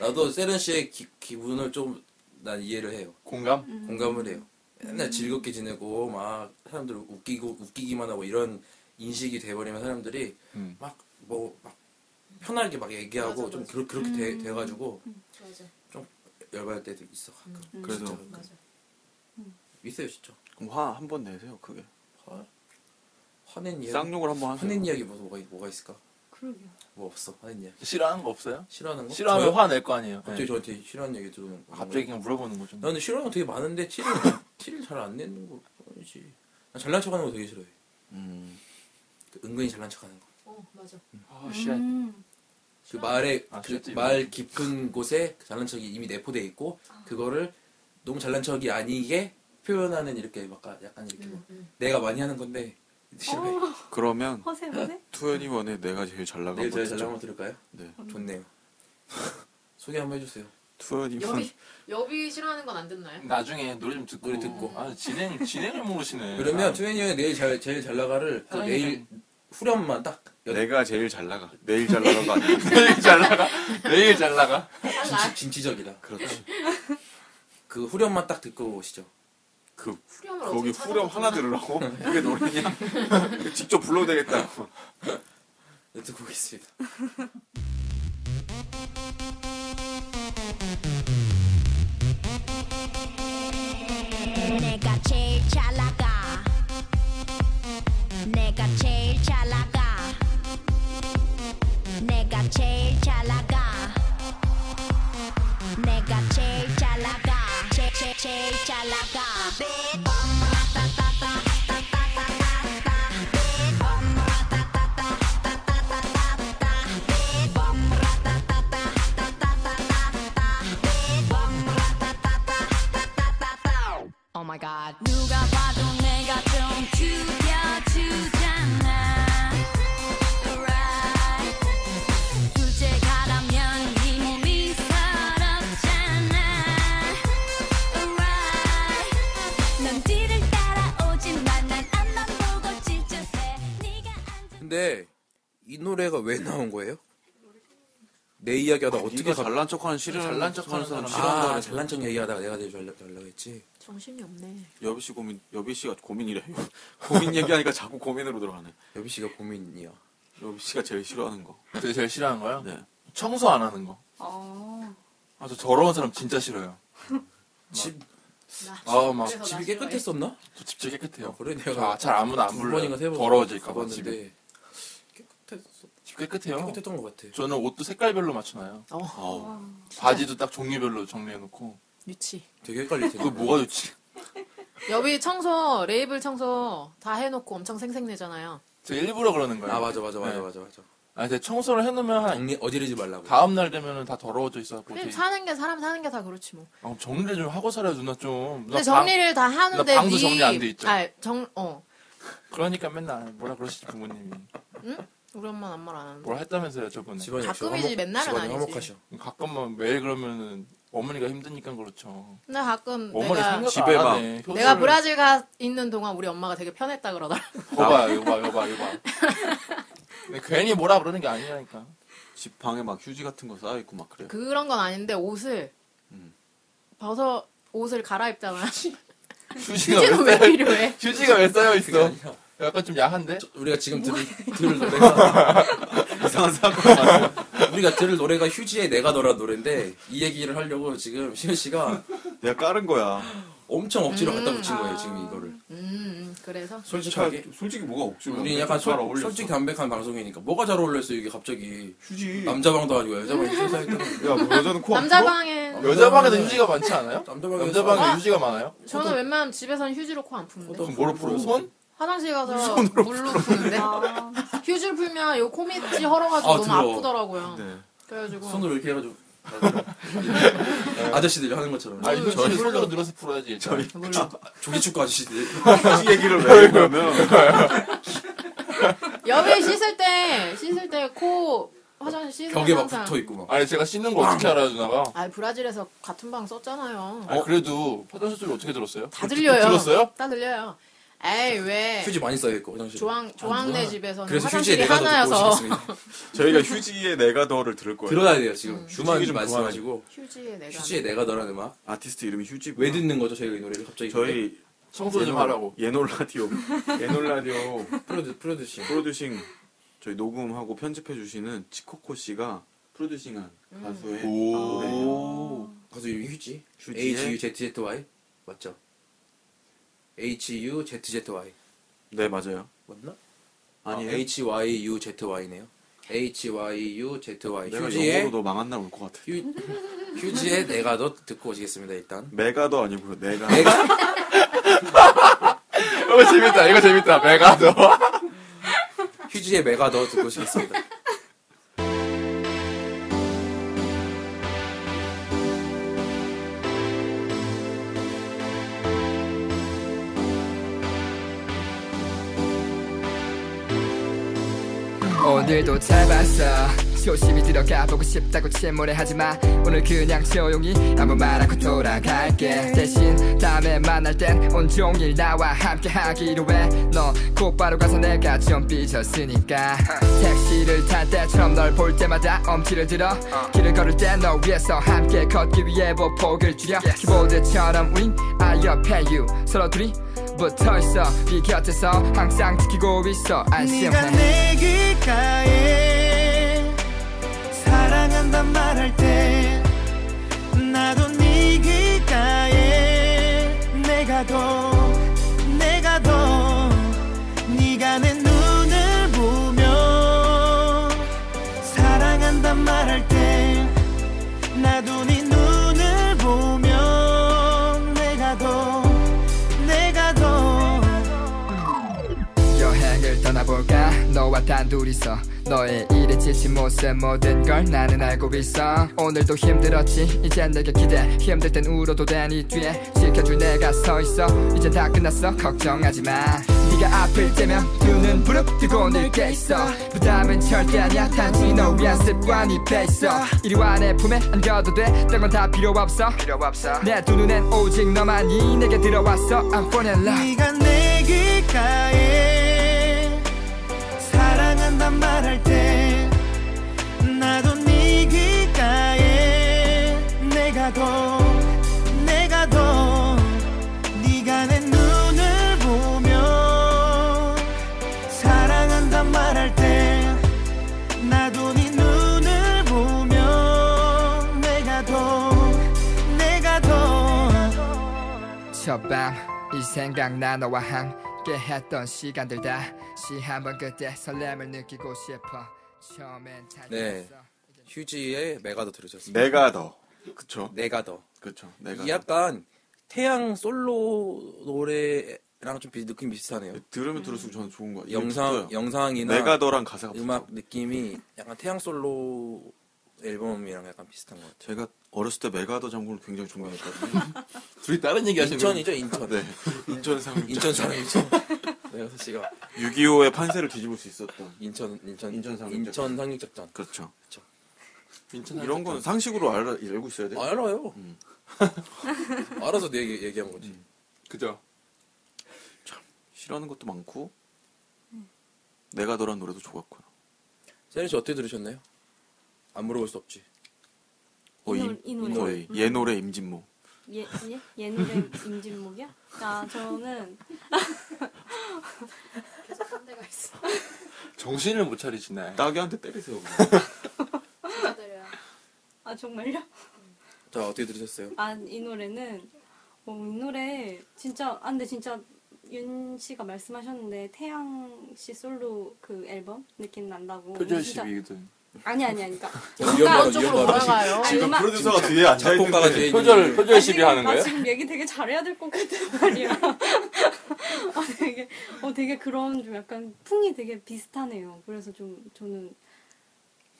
S4: 나도 세련 씨의 기, 기분을 좀 난 이해를 해요.
S7: 공감?
S4: 공감을 해요. 맨날 즐겁게 지내고 막 사람들 웃기고 웃기기만 하고 이런 인식이 돼버리면 사람들이
S7: 음.
S4: 막 뭐 막 편하게 막 얘기하고 좀 그렇, 그렇게 돼, 돼가지고 좀 열받을 때도 있어 가끔.
S8: 음,
S6: 그래서
S4: 진짜 가끔. 있어요 진짜.
S6: 그럼 화 한 번 내세요 그게
S4: 화 화낸 이야기.
S6: 쌍욕을 한번 하세요
S4: 화낸 이야기 뭐 뭐가 뭐가 있을까?
S5: 그러게요.
S4: 뭐 없어 화낸 이야기.
S7: 싫어하는 거 없어요?
S4: 싫어하는 거?
S7: 싫어하면
S4: 저요?
S7: 화낼 거 아니에요.
S4: 갑자기 네.
S7: 네.
S4: 저한테 싫어하는 얘기 들어오는 거.
S7: 갑자기 그냥 물어보는 거죠.
S4: 나는 싫어하는 거 되게 많은데 티를 티를 잘 안 내는 거 아니지. 나 잘난 척하는 거 되게 싫어해.
S6: 음.
S4: 그 은근히 잘난 척하는 거.
S8: 어 맞아.
S7: 아, 쉣.
S5: 음,
S4: 그 말에
S7: 아,
S4: 그
S7: 싫지.
S4: 말 깊은 곳에 그 잘난 척이 이미 내포돼 있고
S7: 아.
S4: 그거를 너무 잘난 척이 아니게 표현하는 이렇게 막 아, 약간
S7: 음,
S4: 이렇게 막 내가 많이 하는 건데 싫어해.
S6: 그러면
S5: 허세 허세?
S6: 투애니원의 내가 제일 잘 나간
S4: 내일
S6: 거
S4: 제가 잘
S6: 듣죠.
S4: 한번 들을까요?
S6: 네
S7: 음.
S4: 좋네요. 소개 한번 해주세요.
S6: 투애니원
S7: 음.
S8: 여비 여비 싫어하는 건 안 듣나요?
S7: 나중에 노래 좀 듣고.
S4: 노래 듣고.
S7: 아, 진행, 진행을 모르시네. 아,
S4: 그러면 투애니언의 내일 잘, 제일 잘 나가를 그
S7: 아니, 네.
S4: 내일 후렴만 딱 여-
S6: 내가 제일 잘 나가 내일 잘 나간 거 아니야
S7: 내일 잘 나가. 내일 잘 나가.
S4: 진치, 진취적이다.
S6: 그렇지
S4: 그 후렴만 딱 듣고 오시죠.
S6: 그
S8: 후렴을
S6: 거기
S8: 어떻게 찾아?
S6: 후렴 하나 들으라고 이게 노래냐 이거 직접 불러도 되겠다고
S4: 네, 듣고 오겠습니다.
S12: 내가 제일 잘 나가 내가 제일 잘 나가 내가 제일 잘 나가 내가 제일 잘 나가 제, 제, 제일 잘 나가 Oh my god. 누가 봐도 내가 좀 죽여주잖아. Right. 둘째가라면 이 몸이 서럽잖아. Right. 넌 뒤를 따라오지만 난 앞만 보고 질주해. 네가 앉아.
S4: 근데 이 노래가 왜 나온 거예요? 내 아, 이야기하다 어떻게
S6: 네가
S4: 갑-
S6: 잘난 척하는 싫은
S7: 잘난 척하는 사람
S6: 싫어한다
S4: 아
S6: 그래.
S4: 잘난 척 얘기하다가 내가 제일 잘 잘 나가겠지.
S8: 정신이 없네.
S6: 여비 씨 고민 여비 씨가 고민이래 고민 얘기하니까 자꾸 고민으로 들어가네
S4: 여비 씨가 고민이야.
S6: 여비 씨가 제일 싫어하는 거
S7: 그게 제일 싫어하는 거요?
S6: 네.
S7: 청소 안 하는 거.
S5: 어.
S7: 아, 저 더러운 사람 진짜 싫어요.
S4: 집
S8: 나
S7: 아, 막
S8: 그래서 나
S4: 집이
S8: 싫어해.
S4: 깨끗했었나?
S7: 저 집제 깨끗해요.
S4: 아, 그래 내가
S7: 아, 잘 아무나 안
S4: 두 번인가
S7: 불러요.
S4: 세 번.
S7: 더러워질까봐 집이.
S4: 가봤는데 깨끗했어.
S7: 집 깨끗해요.
S4: 깨끗했던 것 같아.
S7: 저는 옷도 색깔별로 맞춰놔요.
S6: 아우
S7: 바지도 딱 종류별로 정리해놓고.
S8: 유치.
S4: 되게 헷갈릴 텐데.
S7: 그거 뭐가 좋지?
S8: 여비 청소 레이블 청소 다 해놓고 엄청 생생내잖아요.
S7: 저 일부러 그러는 거예요.
S4: 아 맞아 맞아 맞아
S7: 네.
S4: 맞아 맞아.
S7: 아니, 근데 청소를 해놓으면 한
S4: 정리 어지르지 말라고.
S7: 다음 날 되면은 다 더러워져 있어갖고.
S8: 그냥
S7: 되게-
S8: 사는 게 사람 사는 게 다 그렇지 뭐.
S7: 아, 그럼 정리를 좀 하고 살아요, 누나 좀.
S8: 근데
S7: 누나 방-
S8: 정리를 다 하는데
S7: 방도
S8: 니-
S7: 정리 안돼 있죠.
S8: 아, 정, 어.
S7: 그러니까 맨날 뭐라 그러시지, 부모님이.
S8: 우리 엄마는 아무 말안 하는데.
S7: 뭐라 했다면서요, 저번에.
S4: 집안이 역시
S8: 가끔이지,
S4: 화목-
S8: 맨날은
S4: 집안이
S8: 아니지.
S4: 화목하셔.
S7: 가끔만 매일 그러면은 어머니가 힘드니까 그렇죠.
S8: 근데 가끔
S7: 어머니
S8: 내가
S7: 생각
S6: 집에
S7: 안
S6: 막-
S7: 하네. 효도를-
S8: 내가 브라질 가 있는 동안 우리 엄마가 되게 편했다 그러더라.
S7: 이거 봐, 이거 봐, 이거 봐, 이거 봐. 근데 괜히 뭐라 그러는 게 아니라니까.
S6: 집 방에 막 휴지 같은 거 쌓여 있고 막 그래
S8: 그런 건 아닌데 옷을
S4: 음.
S8: 벗어 옷을 갈아입잖아.
S7: 휴지가
S8: 휴지는 왜
S4: 그러니까.
S7: 쌓여-
S8: 필요해?
S7: 휴지가 왜 쌓여
S4: 그게
S7: 있어?
S4: 아니라
S7: 약간 좀 야한데?
S4: 저- 우리가 지금
S8: 뭐?
S4: 들을, 들을 노래가
S6: 이상한 사람
S4: 우리가 들을 노래가 휴지의 내가 너란 노래인데 이 얘기를 하려고 지금 시현 씨가
S6: 내가 깔은 거야
S4: 엄청 억지로 갖다 붙인 거예요 지금 이거를
S8: 음, 음, 그래서
S4: 솔직하게
S6: 솔직히 뭐가 억지로
S4: 우리 약간 솔, 솔직 담백한 방송이니까 뭐가 잘 어울렸어 이게 갑자기
S6: 휴지
S4: 남자 방도 아니고 여자 방이 세상에
S6: 야뭐 여자는 코안
S8: 남자
S6: 풀어?
S8: 방엔
S7: 여자 방에도 휴지가 많지 않아요?
S4: 남자 방에
S7: 남자 방에 휴지가 많아요?
S4: 어,
S8: 저는 웬만하면 집에선 휴지로 코 안 푸는데
S7: 그럼 뭐로 풀어요? 손?
S8: 화장실 가서 물로 푸는데 휴지를 풀면 요 코밑이 헐어가지고
S4: 아,
S8: 너무
S4: 더러워.
S8: 아프더라고요.
S6: 네
S8: 그래가지고
S4: 뭐, 손으로 이렇게 해가지고 아저씨들이 하는 것처럼
S7: 아니,
S8: 음.
S7: 휴지
S6: 저희-
S7: 손으로 늘어서 풀어야지. 일단.
S8: 물로.
S4: 조기축구 아저씨들
S8: 음.
S6: 휴지 얘기를 왜 그러면
S8: 여비 씻을 때 씻을 때 코 화장실 씻으면
S4: 벽에 막
S8: 항상
S4: 붙어 있고 막
S7: 아니, 제가 씻는 거 어떻게 알아요, 누나가?
S8: 아 브라질에서 같은 방 썼잖아요.
S4: 어?
S7: 아, 그래도 화장실 소리 어떻게 들었어요?
S8: 다 들려요.
S7: 들었어요?
S8: 다 들려요. 에이 왜
S4: 휴지 많이 쌓여 있고 화장실
S8: 네. 조항 조항래 집에서는
S4: 그래서
S8: 화장실이
S4: 휴지의 내가 너 듣고
S8: 하나여서
S4: 오시겠습니다
S6: 저희가 휴지에 내가 더를 들을 거예요
S4: 들어가야 돼요
S8: 음.
S4: 지금 주만
S6: 휴지 좀
S4: 말씀하시고
S8: 휴지에 내가
S4: 휴지의 내가 너란 음악
S6: 아티스트 이름이 휴지
S4: 왜 듣는 거죠 저희가 이 노래를 갑자기
S6: 음. 저희
S7: 청소 좀 하라고.
S6: 예놀 라디오 예놀 라디오
S4: 프로듀 프로듀싱
S6: 프로듀싱 저희 녹음하고 편집해 주시는 치코코 씨가 프로듀싱한 가수의
S7: 오.
S4: 가수 이름이 휴지.
S6: 휴지에-
S4: H U Z Z Y 맞죠? H U Z Z Y
S6: 네 맞아요.
S4: 맞나?
S6: 아니에요?
S4: 아, H Y U Z Y네요. H Y U Z Y
S6: 내가
S4: 휴지에
S6: 영어로 너 망한 날 올 것 같아.
S4: 휴, 휴지에 내가 너 듣고 오시겠습니다 일단.
S6: 메가도 아니고요. 내가.
S4: 내가
S7: 이거 어, 재밌다. 이거 재밌다. 메가 너.
S4: 휴지에 메가 너 듣고 오시겠습니다.
S13: 오늘도 잘 봤어 조심히 들어가 보고 싶다고 침몰해하지 마 오늘 그냥 조용히 아무 말 않고 돌아갈게 대신 다음에 만날 땐 온종일 나와 함께 하기로 해너 곧바로 가서 내가 좀 삐졌으니까 택시를 탈 때처럼 널 볼 때마다 엄지를 들어 길을 걸을 때 너 위에서 함께 걷기 위해 보폭을 줄여 키보드처럼 우린 아 옆에 you 서로 둘이 붙어 있어 네 곁에서 항상 지키고 있어 안심해
S14: 네가 내 귓가에 사랑한단 말할 때 나도 네 귓가에 내가 더 내가 더 네가 내 눈을 보며 사랑한단 말할 때 나도 네 눈을 보며 내가 더 내가 더
S13: 여행을 떠나볼까 너와 단둘이서 너의 일에 지친 모습 모든 걸 나는 알고 있어 오늘도 힘들었지 이젠 내게 기대 힘들 땐 울어도 되니 뒤에 지켜줄 내가 서 있어 이젠 다 끝났어 걱정하지 마 네가 아플 때면 두 눈 부릅뜨고 늘 깨 있어 부담은 절대 아니야 단지 너 위한 습관이 배 있어 이리 와내 품에 안겨도 돼딴건다 필요 없어 필요 없어 내 두 눈엔 오직 너만이 내게 들어왔어 I'm falling in love
S14: 네가 내 귓가에 사랑한단 말할 때 나도 네 귓가에 내가 더 내가 더 네가 내 눈을 보며 사랑한단 말할 때 나도 네 눈을 보며 내가 더 내가 더
S13: 첫밤이 생각나 너와 함께 했던 시간들 다시 한번 그때 설렘을 느끼고 싶어 처음엔 잘
S4: 네.
S13: 됐어.
S4: 휴지에 메가 더 들으셨습니다.
S6: 내가 더. 그쵸.
S4: 내가 더.
S6: 그쵸. 내가.
S4: 이 약간 태양 솔로 노래랑 좀 비- 느낌 비슷하네요.
S6: 들으면 들을수록 저는 좋은 거 같아요.
S4: 영상
S6: 이게 붙어요.
S4: 영상이나
S6: 내가 더랑 가사가
S4: 음악 느낌이 약간 태양 솔로 앨범이랑 약간 비슷한 것 같아요.
S6: 제가 어렸을 때 메가더 장군을 굉장히 존경했거든요.
S7: 둘이 다른 얘기 하시는
S4: 인천이죠 인천.
S6: 네. 인천 상륙.
S4: 인천 상륙전. 내가 씨가
S6: 6.25의 판세를 뒤집을 수 있었던.
S4: 인천 인천
S6: 인천 상륙
S4: 인천 상륙작전.
S6: 그렇죠.
S7: 민천
S6: 이런 건 상식으로 알, 알고 있어야 돼요.
S4: 알아요. 알아서 내 얘기 얘기한 거지.
S7: 그죠.
S6: 싫어하는 것도 많고.
S5: 네.
S6: 내가 더란 노래도 좋았고요.
S4: 세린 씨 어떻게 들으셨나요? 안 물어볼 수 없지.
S6: 거의
S5: 노- 이 노래.
S6: 거의
S5: 음.
S6: 얘 노래 임진모.
S5: 예, 예? 옛날에 임진목이야? 아, 저는
S8: 내가 있어.
S7: 정신을 못 차리시네.
S6: 따귀한테 때리세요.
S5: 아 정말요?
S4: 자 어떻게 들으셨어요?
S5: 아 이 노래는 어, 이 노래 진짜 아 근데 진짜 윤 씨가 말씀하셨는데 태양 씨 솔로 그 앨범 느낌 난다고.
S7: 표절
S5: 진짜-
S7: 시비거든.
S5: 아니 아니 그러니까 아니까.
S8: 뭔가 이쪽으로 돌아가요.
S6: 지금
S5: 음악-
S6: 그러니까 프로듀서가 뒤에 앉아 있는
S4: 작곡가가 뒤에 있는
S7: 표절
S4: 분들.
S7: 표절 시비 하는
S5: 나
S7: 거예요?
S5: 그러니까 지금 얘기 되게 잘해야 될 것 같단 말이야. 아, 되게, 어, 되게 그런 좀 약간 풍이 되게 비슷하네요. 그래서 좀 저는.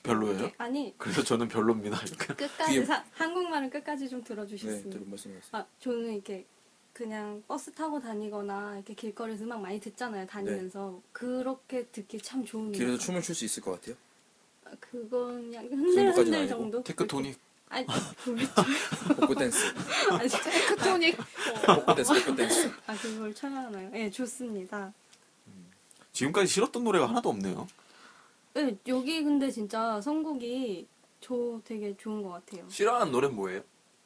S6: 별로예요.
S5: 아니,
S6: 그래서 저는 별로입니다.
S5: 끝까지,
S4: 뒤에-
S5: 사- 한국말은 끝까지 좀
S4: 네,
S5: 들어주셨으면.
S4: 들은 말씀이었어요.
S5: 아, 저는 이렇게 그냥 버스 타고 다니거나 이렇게 길거리에서 음악 많이 듣잖아요. 다니면서. 그렇게 듣기 참 좋은.
S4: 길에서
S5: 음악.
S4: 춤을 출 수 있을 것 같아요.
S5: 아, 그건 약간
S4: 정도까지는
S5: 흔들흔들
S4: 아니고
S5: 정도?
S6: 테크토닉
S5: 아니, 그렇죠.
S4: 복고 댄스,
S5: 아니,
S8: 크토닉
S4: 복고 댄스, 복고 댄스.
S5: 아, 그걸 쳐야 하나요? 예, 좋습니다.
S6: 지금까지 싫었던 노래가 하나도 없네요.
S5: 네, 여기 근데 진짜 선곡이 저 되게 좋은 것 같아요.
S7: 싫어하는 노래 뭐예요?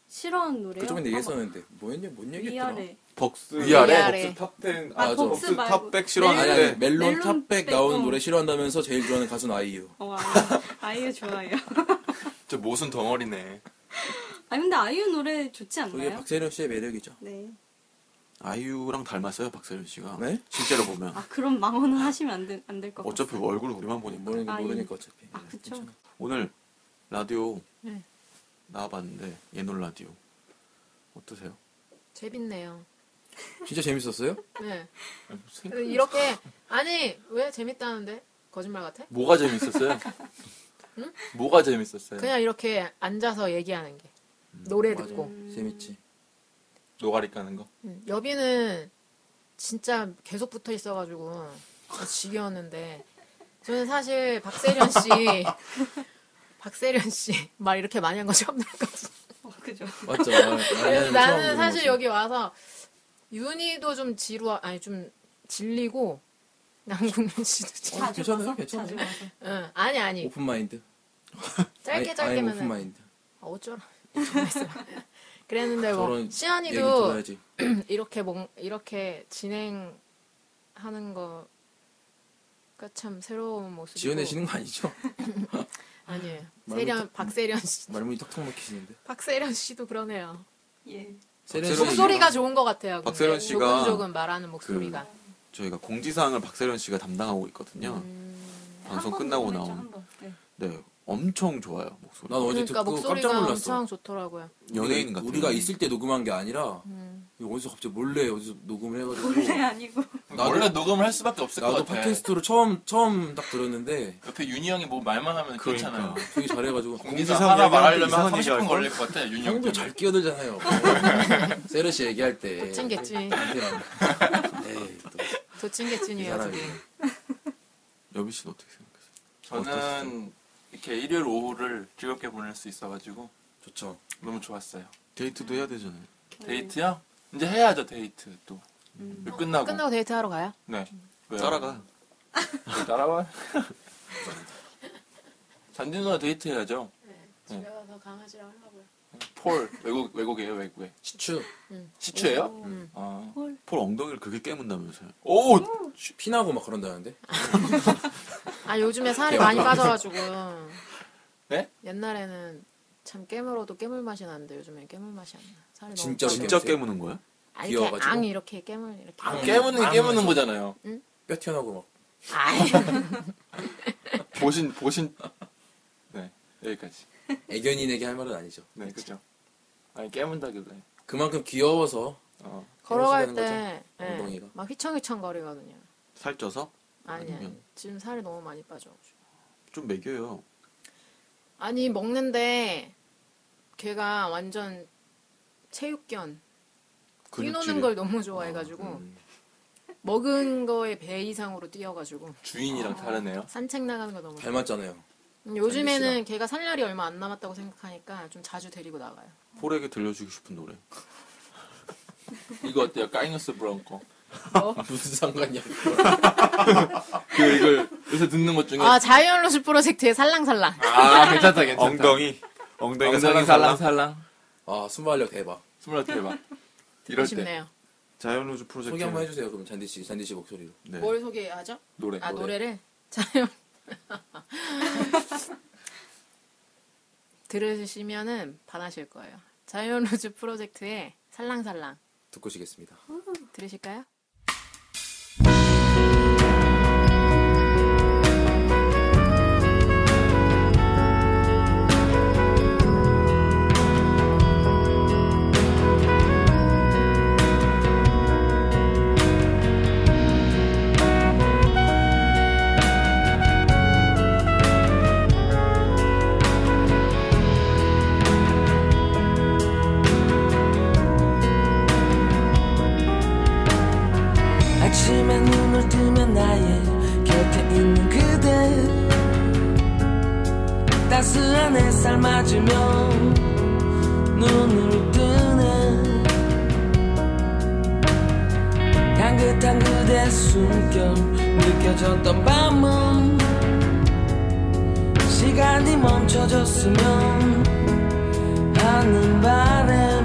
S5: 싫어하는 노래요?
S4: 그쪽은
S5: 아,
S4: 얘기했었는데 뭐였냐, 뭔 얘기했더라.
S5: 위아래.
S6: 벅스
S8: 위아래.
S6: 탑10
S5: 아,
S4: 저그
S5: 복스 말고. 네.
S6: 탑백
S4: 아니, 아니,
S7: 네.
S6: 싫어하는데
S4: 멜론,
S5: 멜론
S4: 탑백
S5: 백,
S4: 나오는
S5: 어.
S4: 노래 싫어한다면서 제일 좋아하는 가수는 아이유.
S5: 어, 아이유 좋아해요.
S7: 저 모순 덩어리네.
S5: 아니 근데 아이유 노래 좋지 않나요?
S4: 그게 박세련 씨의 매력이죠.
S5: 네.
S6: 아이유랑 닮았어요 박세련
S7: 아.
S6: 씨가.
S4: 네?
S6: 실제로 보면
S5: 아 그럼 망언은 하시면 안될안될것 같아요.
S6: 어차피 얼굴 우리만 보니까
S5: 모르니까, 아이유. 모르니까
S4: 어차피.
S5: 아 그쵸.
S6: 오늘 라디오
S8: 네.
S6: 나와봤는데 예놀 라디오 어떠세요?
S8: 재밌네요.
S4: 진짜 재밌었어요?
S8: 네. 근데 이렇게 아니 왜 재밌다는데 거짓말 같아?
S7: 뭐가 재밌었어요?
S8: 응?
S7: 뭐가 재밌었어요?
S8: 그냥 이렇게 앉아서 얘기하는 게 노래 듣고
S4: 재밌지.
S7: 노가리 까는 거.
S8: 음, 여비는 진짜 계속 붙어 있어가지고 지겨웠는데 저는 사실 박세련 씨 박세련 씨 말 이렇게 많이 한 거 처음 들어봤어.
S5: 그죠.
S4: 맞죠.
S8: 그래서 나는 사실 여기 와서 윤희도 좀 지루 아니 좀 질리고 남궁민 씨도 좀
S4: 어, 괜찮아요, 괜찮아요.
S8: 응 아니 아니
S4: 오픈 마인드.
S8: 짧게
S4: 아이, 아이
S8: 짧게면은
S4: 오픈 마인드.
S8: 아, 어쩌라. 정말 그랬는데 뭐
S4: 저런 얘기
S8: 시안이도
S4: 들어야지.
S8: 이렇게 뭔 이렇게 진행하는 거가 그 참 새로운 모습.
S4: 지어내시는 거 아니죠?
S8: 아니에요.
S4: 말문이
S8: 세련
S4: 턱-
S8: 박세련 씨,
S4: 말문이 턱턱 막히시는데.
S8: 박세련 씨도 그러네요. 예.
S4: 세련 씨.
S8: 목소리가 좋은 것 같아요. 근데.
S6: 박세련 씨가
S8: 조근조근 말하는 목소리가.
S4: 음.
S6: 저희가 공지사항을 박세련 씨가 담당하고 있거든요.
S5: 음.
S6: 방송 끝나고 나온. 네, 엄청 좋아요 목소리.
S4: 난 어제
S8: 그러니까
S4: 듣고
S8: 목소리가
S4: 깜짝 놀랐어.
S8: 엄청 좋더라고요.
S6: 연예인 같아요.
S4: 우리가 있을 때 녹음한 게 아니라
S8: 음.
S4: 어디서 갑자기 몰래 어디서 녹음을 해가지고.
S5: 아니고.
S7: 원래 녹음을 할 수밖에 없을
S4: 나도
S7: 것 같아.
S4: 팟캐스트로 처음 처음 딱 들었는데
S7: 옆에 윤이 형이 뭐 말만 하면 괜찮아요.
S4: 되게 잘해가지고
S7: 공지사 하나 말하려면 한 30분 걸릴 것 같아. 윤이 형.
S4: 형도 잘 끼어들잖아요. 세르 씨 얘기할 때.
S8: 도찐개찐.
S6: 네.
S4: 에이,
S6: 이
S8: 도찐개찐이에요
S6: 사람이.
S8: 저게.
S6: 여비 씨는 어떻게 생각해요?
S7: 저는 이렇게 일요일 오후를 즐겁게 보낼 수 있어가지고
S4: 좋죠.
S7: 너무 좋았어요.
S6: 데이트도 해야 되잖아요.
S7: 데이트요? 이제 해야죠 데이트 또. 이거 끝나고.
S8: 끝나고 데이트 하러 가요?
S7: 네.
S6: 따라가.
S7: 왜 따라와. 잔디 누나 데이트 해야죠. 집에
S8: 가서 강아지랑 하려고요.
S7: 폴 외국 외국이에요 외국에.
S4: 시추.
S8: 음.
S7: 시추예요?
S8: 음.
S7: 아.
S6: 폴 엉덩이를 그렇게 깨문다면서요?
S7: 오그
S4: 피나고 막 그런다는데.
S8: 아 요즘에 살이 많이
S4: 대박.
S8: 빠져가지고.
S7: 네?
S8: 옛날에는 참 깨물어도 깨물 맛이 나는데 요즘에 깨물 맛이 안 나. 살이 너무
S4: 진짜로
S8: 빠져.
S6: 진짜 깨무는 거야?
S8: 아, 이렇게
S4: 귀여워가지고.
S8: 앙 이렇게 깨물 이렇게.
S4: 앙.
S7: 깨무는
S4: 아,
S7: 깨무는
S4: 맞아.
S7: 거잖아요.
S4: 뼈 튀어나오고 막.
S8: 아이.
S7: 보신 보신. 네 여기까지.
S4: 애견인에게 할 말은 아니죠.
S7: 네 그렇죠. 아니 깨문다길래.
S4: 그만큼 귀여워서
S7: 어.
S8: 걸어갈
S4: 깨물어서
S8: 때,
S4: 거죠?
S8: 예,
S4: 엉덩이가.
S8: 막 휘청휘청 거리거든요.
S6: 살쪄서
S8: 아니, 아니,
S6: 아니면?
S8: 지금 살이 너무 많이 빠져가지고.
S6: 좀 먹여요.
S8: 아니, 먹는데, 걔가 완전 체육견.
S6: 근육질이.
S8: 뛰노는 걸 너무 좋아해가지고, 먹은 거에 배 이상으로 뛰어가지고,
S7: 주인이랑 다르네요.
S8: 산책 나가는 거 너무 좋아. 음,
S4: 닮았잖아요.
S8: 요즘에는 걔가 살 날이 얼마 안 남았다고 생각하니까 좀 자주 데리고 나가요.
S6: 폴에게 들려주고 싶은 노래.
S7: 이거 어때요? 까이너스 브라운코.
S4: 무슨 상관이야?
S7: 그 이걸 요새 듣는 것 중에
S8: 아, 자이언로즈 프로젝트의 살랑살랑.
S7: 아, 괜찮다 괜찮다.
S6: 엉덩이. 엉덩이가 살랑살랑.
S7: 살랑.
S4: 아 순발력 대박.
S7: 스물한 대박.
S8: 듣고
S7: 이럴 때
S8: 싶네요.
S6: 자이언로즈
S4: 소개
S6: 프로젝트.
S4: 한번 해주세요. 그럼 잔디 씨, 잔디 씨 목소리로.
S6: 네.
S8: 뭘 소개하죠?
S7: 노래.
S4: 네,
S8: 아 노래를 자연 들으시면은 반하실 거예요. 자연 로즈 프로젝트의 살랑살랑
S4: 듣고 오시겠습니다.
S8: 들으실까요?
S15: 아침에 눈을 뜨면 나의 곁에 있는 그대 따스한 햇살 맞으며 눈을 뜨네 향긋한 그대 숨결 느껴졌던 밤은 시간이 멈춰졌으면 하는 바람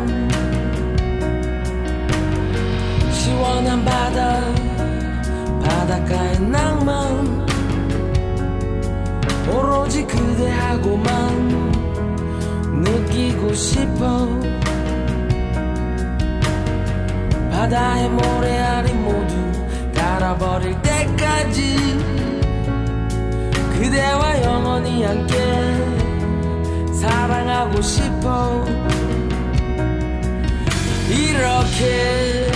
S15: 시원한 바다 바닷가의 낭만 오로지 그대하고만 느끼고 싶어 바다의 모래알이 모두 달아버릴 때까지 그대와 영원히 함께 사랑하고 싶어 이렇게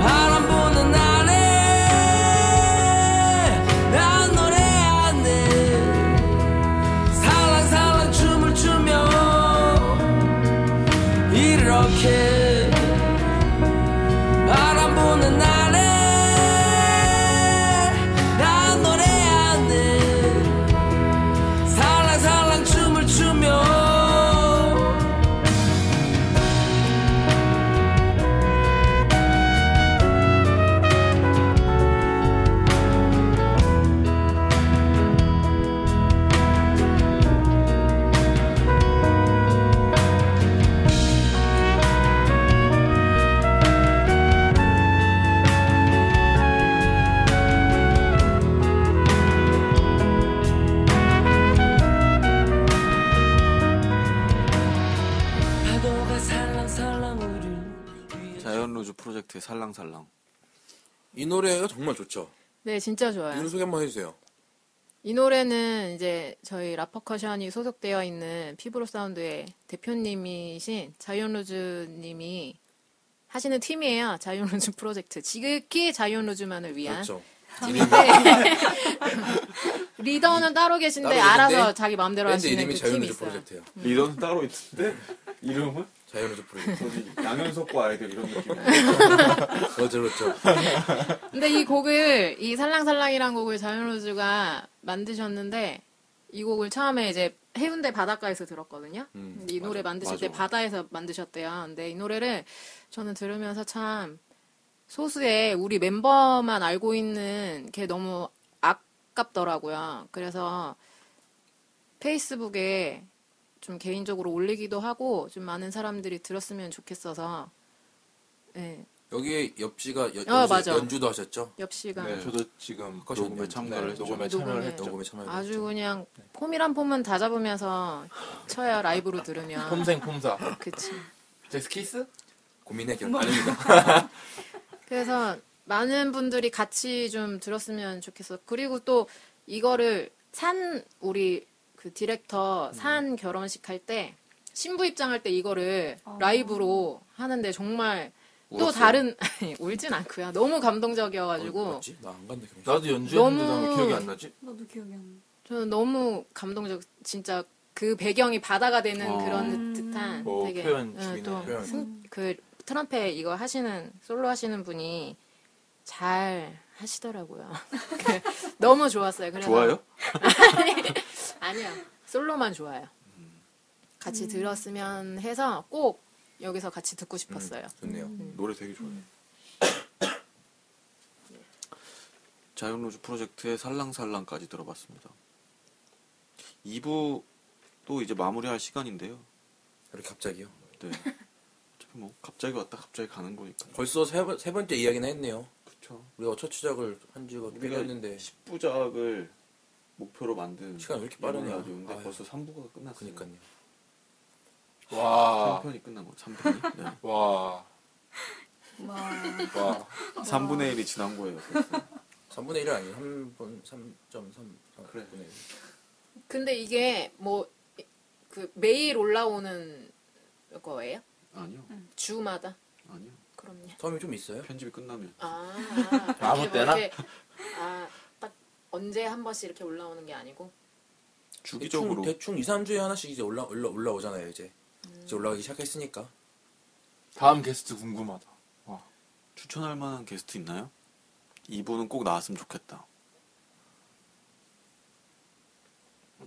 S15: 바람 부는 날에 난 노래하네 살랑살랑 춤을 추며 이렇게 바람 부는 날에 난 노래하네 살랑살랑 춤을 추며 파도가 살랑살랑 우리
S6: 자연루즈 프로젝트의 살랑살랑.
S4: 이 노래가 정말 좋죠.
S8: 네, 진짜
S4: 이
S8: 좋아요.
S4: 노래 소개 한번 해주세요.
S8: 이 노래는 이제 저희 라퍼커션이 소속되어 있는 피브로 사운드의 대표님이신 자이언루즈님이 하시는 팀이에요. 자이언루즈 프로젝트. 지극히 자이언루즈만을 위한.
S4: 그렇죠.
S8: 팀인데 리더는 따로 계신데
S4: 따로 계신데
S8: 알아서 자기 마음대로
S4: 밴드
S8: 하시는
S4: 이름이
S8: 그 팀이
S4: 자연우주
S8: 있어요.
S4: 프로젝트예요.
S6: 리더는 따로 있는데 이름은
S4: 자연우주 프로젝트.
S6: 양현석과 아이들 이런 느낌이야.
S4: 맞죠, 맞죠.
S8: 근데 이 곡을 이 살랑살랑이란 곡을 자이언루즈가 만드셨는데 이 곡을 처음에 이제 해운대 바닷가에서 들었거든요.
S4: 음,
S8: 근데 이
S4: 맞아,
S8: 노래 만드실
S4: 맞아.
S8: 때 바다에서 만드셨대요. 근데 이 노래를 저는 들으면서 참 소수의 우리 멤버만 알고 있는 게 너무 아깝더라고요. 그래서 페이스북에 좀 개인적으로 올리기도 하고 좀 많은 사람들이 들었으면 좋겠어서 네,
S4: 여기 엽씨가 여,
S8: 어,
S4: 연주-
S8: 맞아.
S4: 연주도 하셨죠?
S8: 엽씨가.
S7: 네, 저도 지금
S4: 거셔
S7: 녹음에 참가를 했죠. 녹음에
S8: 녹음에.
S7: 참여를 했죠.
S4: 녹음에 참여를
S8: 아주 그냥 폼일 한 폼은 다 잡으면서 쳐야 라이브로 들으면
S7: 폼생 폼사.
S8: 그치
S7: 잭스키스?
S4: 고민의 결
S8: 뭐.
S4: 아닙니다.
S8: 그래서 많은 분들이 같이 좀 들었으면 좋겠어 그리고 또 이거를 산 우리 그 디렉터 산 결혼식 할 때 신부 입장할 때 이거를 라이브로 하는데 정말 또
S4: 울었어요?
S8: 다른 아니, 울진 않고요 너무 감동적이어가지고
S4: 나안 갔네. 결혼식.
S7: 나도 연주했는데
S8: 너무-
S7: 나 기억이 안 나지?
S5: 나도 기억이 안
S8: 저는 너무 감동적 진짜 그 배경이 바다가 되는
S7: 어.
S8: 그런 듯한
S7: 오,
S8: 되게
S7: 표현
S8: 어,
S7: 죽이네.
S8: 또
S7: 표현.
S8: 승- 그 트럼펫 이거 하시는 솔로 하시는 분이 잘 하시더라고요. 그, 너무 좋았어요. 그래서
S6: 좋아요?
S8: 아니, 아니요 솔로만 좋아요. 같이 들었으면 해서 꼭 여기서 같이 듣고 싶었어요.
S4: 좋네요.
S6: 노래 되게 좋아요. 자연로즈 프로젝트의 살랑살랑까지 들어봤습니다. 2부 또 이제 마무리할 시간인데요.
S4: 이렇게 갑자기요?
S6: 네. 어차피 뭐 갑자기 왔다 갑자기 가는 거니까.
S4: 벌써 세, 번- 세 번째 이야기나 했네요.
S6: 그렇죠.
S4: 우리가 첫 시작을 한 지가 꽤
S6: 우리가
S4: 됐는데
S6: 10부작을 목표로 만든
S4: 시간이 왜 이렇게 빠르냐.
S6: 아주 근데
S4: 아유. 예.
S6: 벌써 3부가 끝났어요.
S4: 그러니까요.
S7: 와.
S6: 3편이 끝난 거. 3편이. 네.
S4: 아.
S7: 와.
S6: 와. 3분의 1이 지난 거예요. 벌써.
S4: 3분의 1은 아니에요. 3분 3.3 그래.
S8: 근데 이게 뭐 그 매일 올라오는 거예요?
S6: 아니요.
S8: 주마다?
S6: 아니요.
S8: 그럼요.
S4: 섬이 좀 있어요?
S6: 편집이 끝나면.
S8: 아,
S7: 아무
S8: 이렇게
S7: 때나?
S8: 뭐 이렇게, 아, 딱 언제 한 번씩 이렇게 올라오는 게 아니고
S6: 주기적으로
S4: 대충, 대충 2, 3주에 하나씩 이제 올라, 올라 올라오잖아요, 이제.
S8: 음.
S4: 이제 올라오기 시작했으니까.
S7: 다음 게스트 궁금하다.
S6: 추천할 만한 게스트 있나요? 이분은 꼭 나왔으면 좋겠다.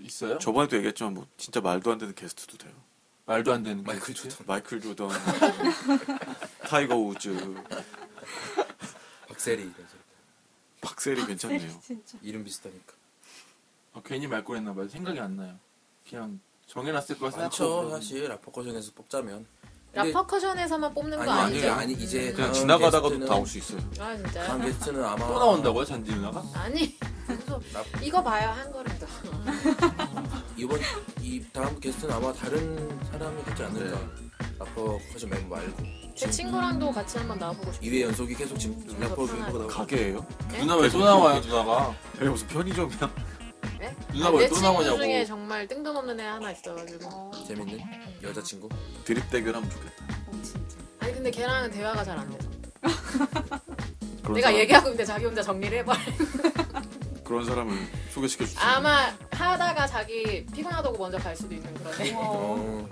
S7: 있어요?
S6: 저번에도 얘기했지만 뭐 진짜 말도 안 되는 게스트도 돼요.
S7: 말도 안 되는
S6: 네.
S4: 마이클
S7: 게스트?
S4: 조던,
S6: 마이클 조던, 타이거 우즈,
S4: 박세리 이래서.
S6: 박세리 괜찮네요.
S5: 진짜
S4: 이름 비슷하니까.
S7: 아, 괜히 말 꺼냈나 봐요. 생각이 안 나요. 그냥 정해놨을
S6: 아,
S7: 거 생각하고
S4: 많죠,
S7: 그러는데.
S4: 사실 라퍼커션에서 뽑자면. 근데-
S8: 라퍼커션에서만 뽑는
S4: 아니
S8: 거
S4: 아니
S8: 아니죠?
S4: 아니 이제
S6: 그냥
S4: 다음
S6: 지나가다가도
S4: 게스트는-
S6: 나올 수 있어요.
S8: 아 진짜요?
S4: 다음 게스트는 아마
S7: 또 나온다고요, 잔디 누나가?
S8: 아니 무슨 소- 이거 봐요 한 걸음 더
S4: 이번 이 다음 게스트는 아마 다른 사람이 되지 않을까.
S6: 네.
S4: 아까 커진 멤버 말고
S8: 제 친구랑도 같이 한번 나와보고 싶어요.
S4: 2회 연속이 계속 지금
S8: 음,
S4: 래퍼 멤버가 나오고.
S6: 가게예요?
S8: 네?
S7: 누나 왜 또 나와요 누나가?
S6: 여기 무슨 편의점이야?
S8: 네?
S7: 누나
S8: 아,
S7: 왜
S8: 내
S7: 또
S8: 친구
S7: 나오냐고.
S8: 중에 정말 뜬금없는 애 하나 있어가지고.
S4: 재밌는 여자친구.
S6: 드립 대결하면 좋겠다.
S8: 아니 근데 걔랑은 대화가 잘 안 돼서.
S6: 그런
S8: 내가
S6: 사람-
S8: 얘기하고 있는데 자기 혼자 정리를 해봐.
S6: 그런 사람을 소개시켜 주세요.
S8: 아마 하다가 자기 피곤하다고 먼저 갈 수도 있는 그런 애.
S4: 어.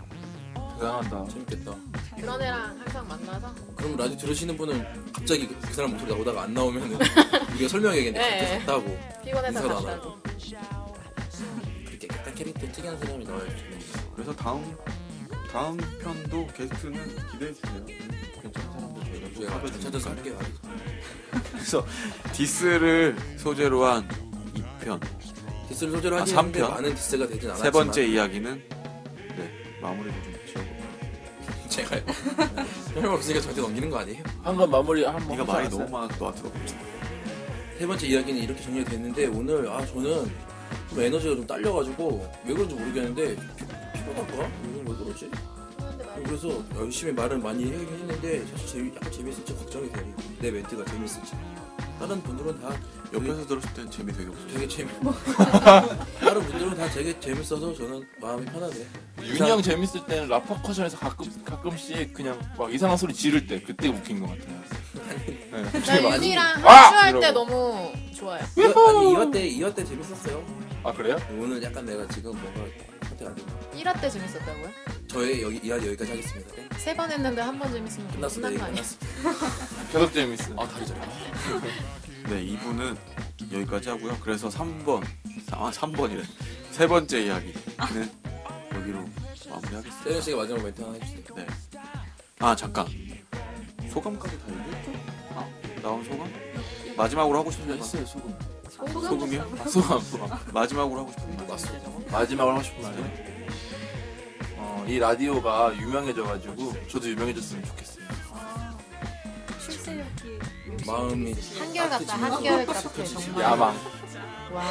S7: 대단하다.
S4: 재밌겠다.
S8: 그런 애랑 항상 만나서.
S4: 그럼 라디오 들으시는 분은 갑자기 그, 그 사람 목소리 나오다가 안 나오면은 우리가 설명해야겠네.
S8: 네.
S4: 갑자기 갔다고.
S8: 피곤해서
S4: 인사도 안
S8: 갔다고.
S4: 하고. 그렇게 약간 캐릭터 특이한 사람이 나와야 좋겠네.
S6: 그래서 다음 다음 편도 게스트는 기대해 주세요. 괜찮은 사람들 저희가 또
S4: 저희가 잘 찾아서
S6: 섭외해
S4: 할게요.
S6: 주니까. 그래서 디스를 소재로 한 2편,
S4: 디스를 소재로
S6: 아,
S4: 하긴
S6: 삼
S4: 했는데
S6: 편
S4: 많은 디스가 되진
S6: 세
S4: 않았지만
S6: 번째 이야기는 네 마무리를 좀 지어볼까요?
S4: 제가요? 할말 없으니까 저한테 넘기는 거 아니에요?
S7: 한번 마무리 한번
S6: 네가
S7: 하자,
S6: 말이
S7: 알았어요?
S6: 너무 많아서 너 앞으로
S4: 세 번째 이야기는 이렇게 정리가 됐는데 오늘 아 저는 좀 에너지가 좀 딸려가지고 왜 그런지 모르겠는데 피, 피곤할까? 요즘 왜 그러지? 그래서 열심히 말을 많이 하긴 했는데 사실 재미, 약간 재밌을지 걱정이 되네요 내 멘트가 재밌을지 다른 분들은 다
S6: 옆에서 들었을 땐 재미 되게 없어.
S4: 되게 재밌
S8: 뭐.
S4: 다른 분들은 다 되게 재밌어서 저는 마음이 편하네
S7: 윤이 형 재밌을 때는 라퍼 커션에서 가끔 가끔씩 그냥 막 이상한 소리 지를 때 그때 웃긴 것 같아요. 네,
S8: 나
S7: 그때 많이-
S8: 윤이랑
S7: 아!
S8: 합주할 때
S7: 이러고.
S8: 너무 좋아요.
S4: 이화- 아니 2화 때 2화 때 재밌었어요
S7: 아 그래요?
S4: 오늘 약간 내가 지금 뭔가 상태가 안 좋아
S8: 1화 때 재밌었다고요?
S4: 저의 여기, 이화 여기까지 하겠습니다 네.
S8: 세 번 했는데 한 번 재밌으면 좀
S4: 끝났어
S8: 끝난
S4: 내
S8: 거
S4: 얘기
S8: 아니야?
S4: 끝났어
S7: 계속 재밌어.
S4: 아 다리 잘라
S6: 네, 2부는 여기까지 하고요. 그래서 3번, 아 3번이래. 세 번째 이야기는 여기로 마무리하겠습니다.
S4: 세현 씨가 마지막 멘트 하나 해주세요
S6: 네. 아 잠깐. 소감까지 다 얘기했죠? 아, 나온 소감? 마지막으로 하고 싶은 거 있어요, 소금. 소금이요?
S7: 아, 소감 소감.
S6: 마지막으로 하고 싶은 거 있어요?
S7: 마지막으로 하고 싶은 말은 어, 이 라디오가 유명해져가지고 저도 유명해졌으면 좋겠어요.
S10: 출세력이
S4: 마음이 네,
S8: 한결같다, 한결같아, 정말.
S7: 야망.
S8: 와,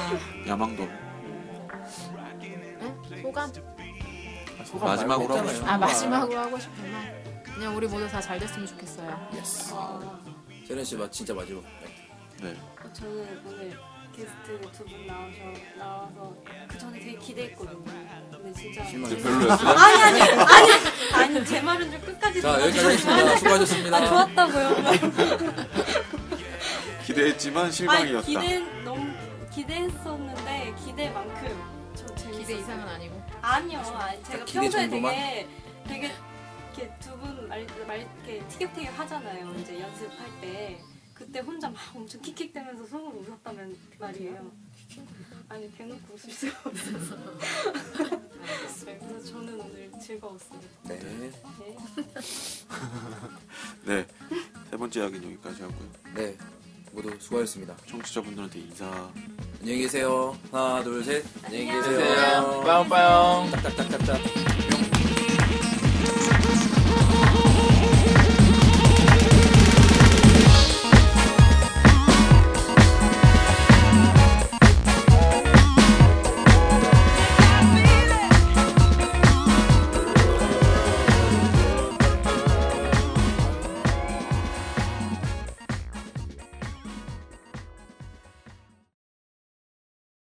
S6: 야망도.
S8: 응? 소감?
S7: 소감
S6: 마지막으로 하고
S7: 말고 했잖아요.
S6: 싶은
S8: 아, 마지막으로 하고 싶은 말. 그냥 우리 모두 다 잘 됐으면 좋겠어요.
S4: 예스
S8: 아.
S4: 세현 씨 마- 진짜 마지막 멘트
S6: 네.
S5: 어, 저는 오늘 게스트 두 분 나오셔 나와서 그 전에 되게 기대했거든요. 근데 진짜
S4: 실망했어요.
S5: 제-
S7: 별로였어요?
S5: 아니 아니 아니 아니 제 말은 좀 끝까지
S4: 자 여기까지
S5: 들어주세요.
S4: 하겠습니다 수고하셨습니다
S5: 아 좋았다고요.
S6: 기대했지만
S5: 아니
S6: 실망이었다.
S5: 기대 너무 기대했었는데 기대만큼 저
S8: 기대
S5: 재밌었어요.
S8: 이상은 아니고.
S5: 아니요, 아니, 제가
S4: 딱 기대
S5: 평소에
S4: 정도만?
S5: 되게 되게 이렇게 두분말말 이렇게 티격태격 하잖아요. 이제 연습할 때 그때 혼자 막 엄청 킥킥대면서 속으로 웃었다면 그 말이에요. 아니 대놓고 웃을 수가 없어서. 네, 그래서 저는 오늘 즐거웠어요.
S4: 네.
S5: 네.
S6: 네. 세 번째 이야기는 여기까지 하고요.
S4: 네 모두 수고하셨습니다
S6: 청취자분들한테 인사.
S4: 안녕히 계세요 하나 둘셋 안녕히
S5: 안녕.
S4: 계세요
S7: 빠용빠용.
S4: 딱딱딱딱딱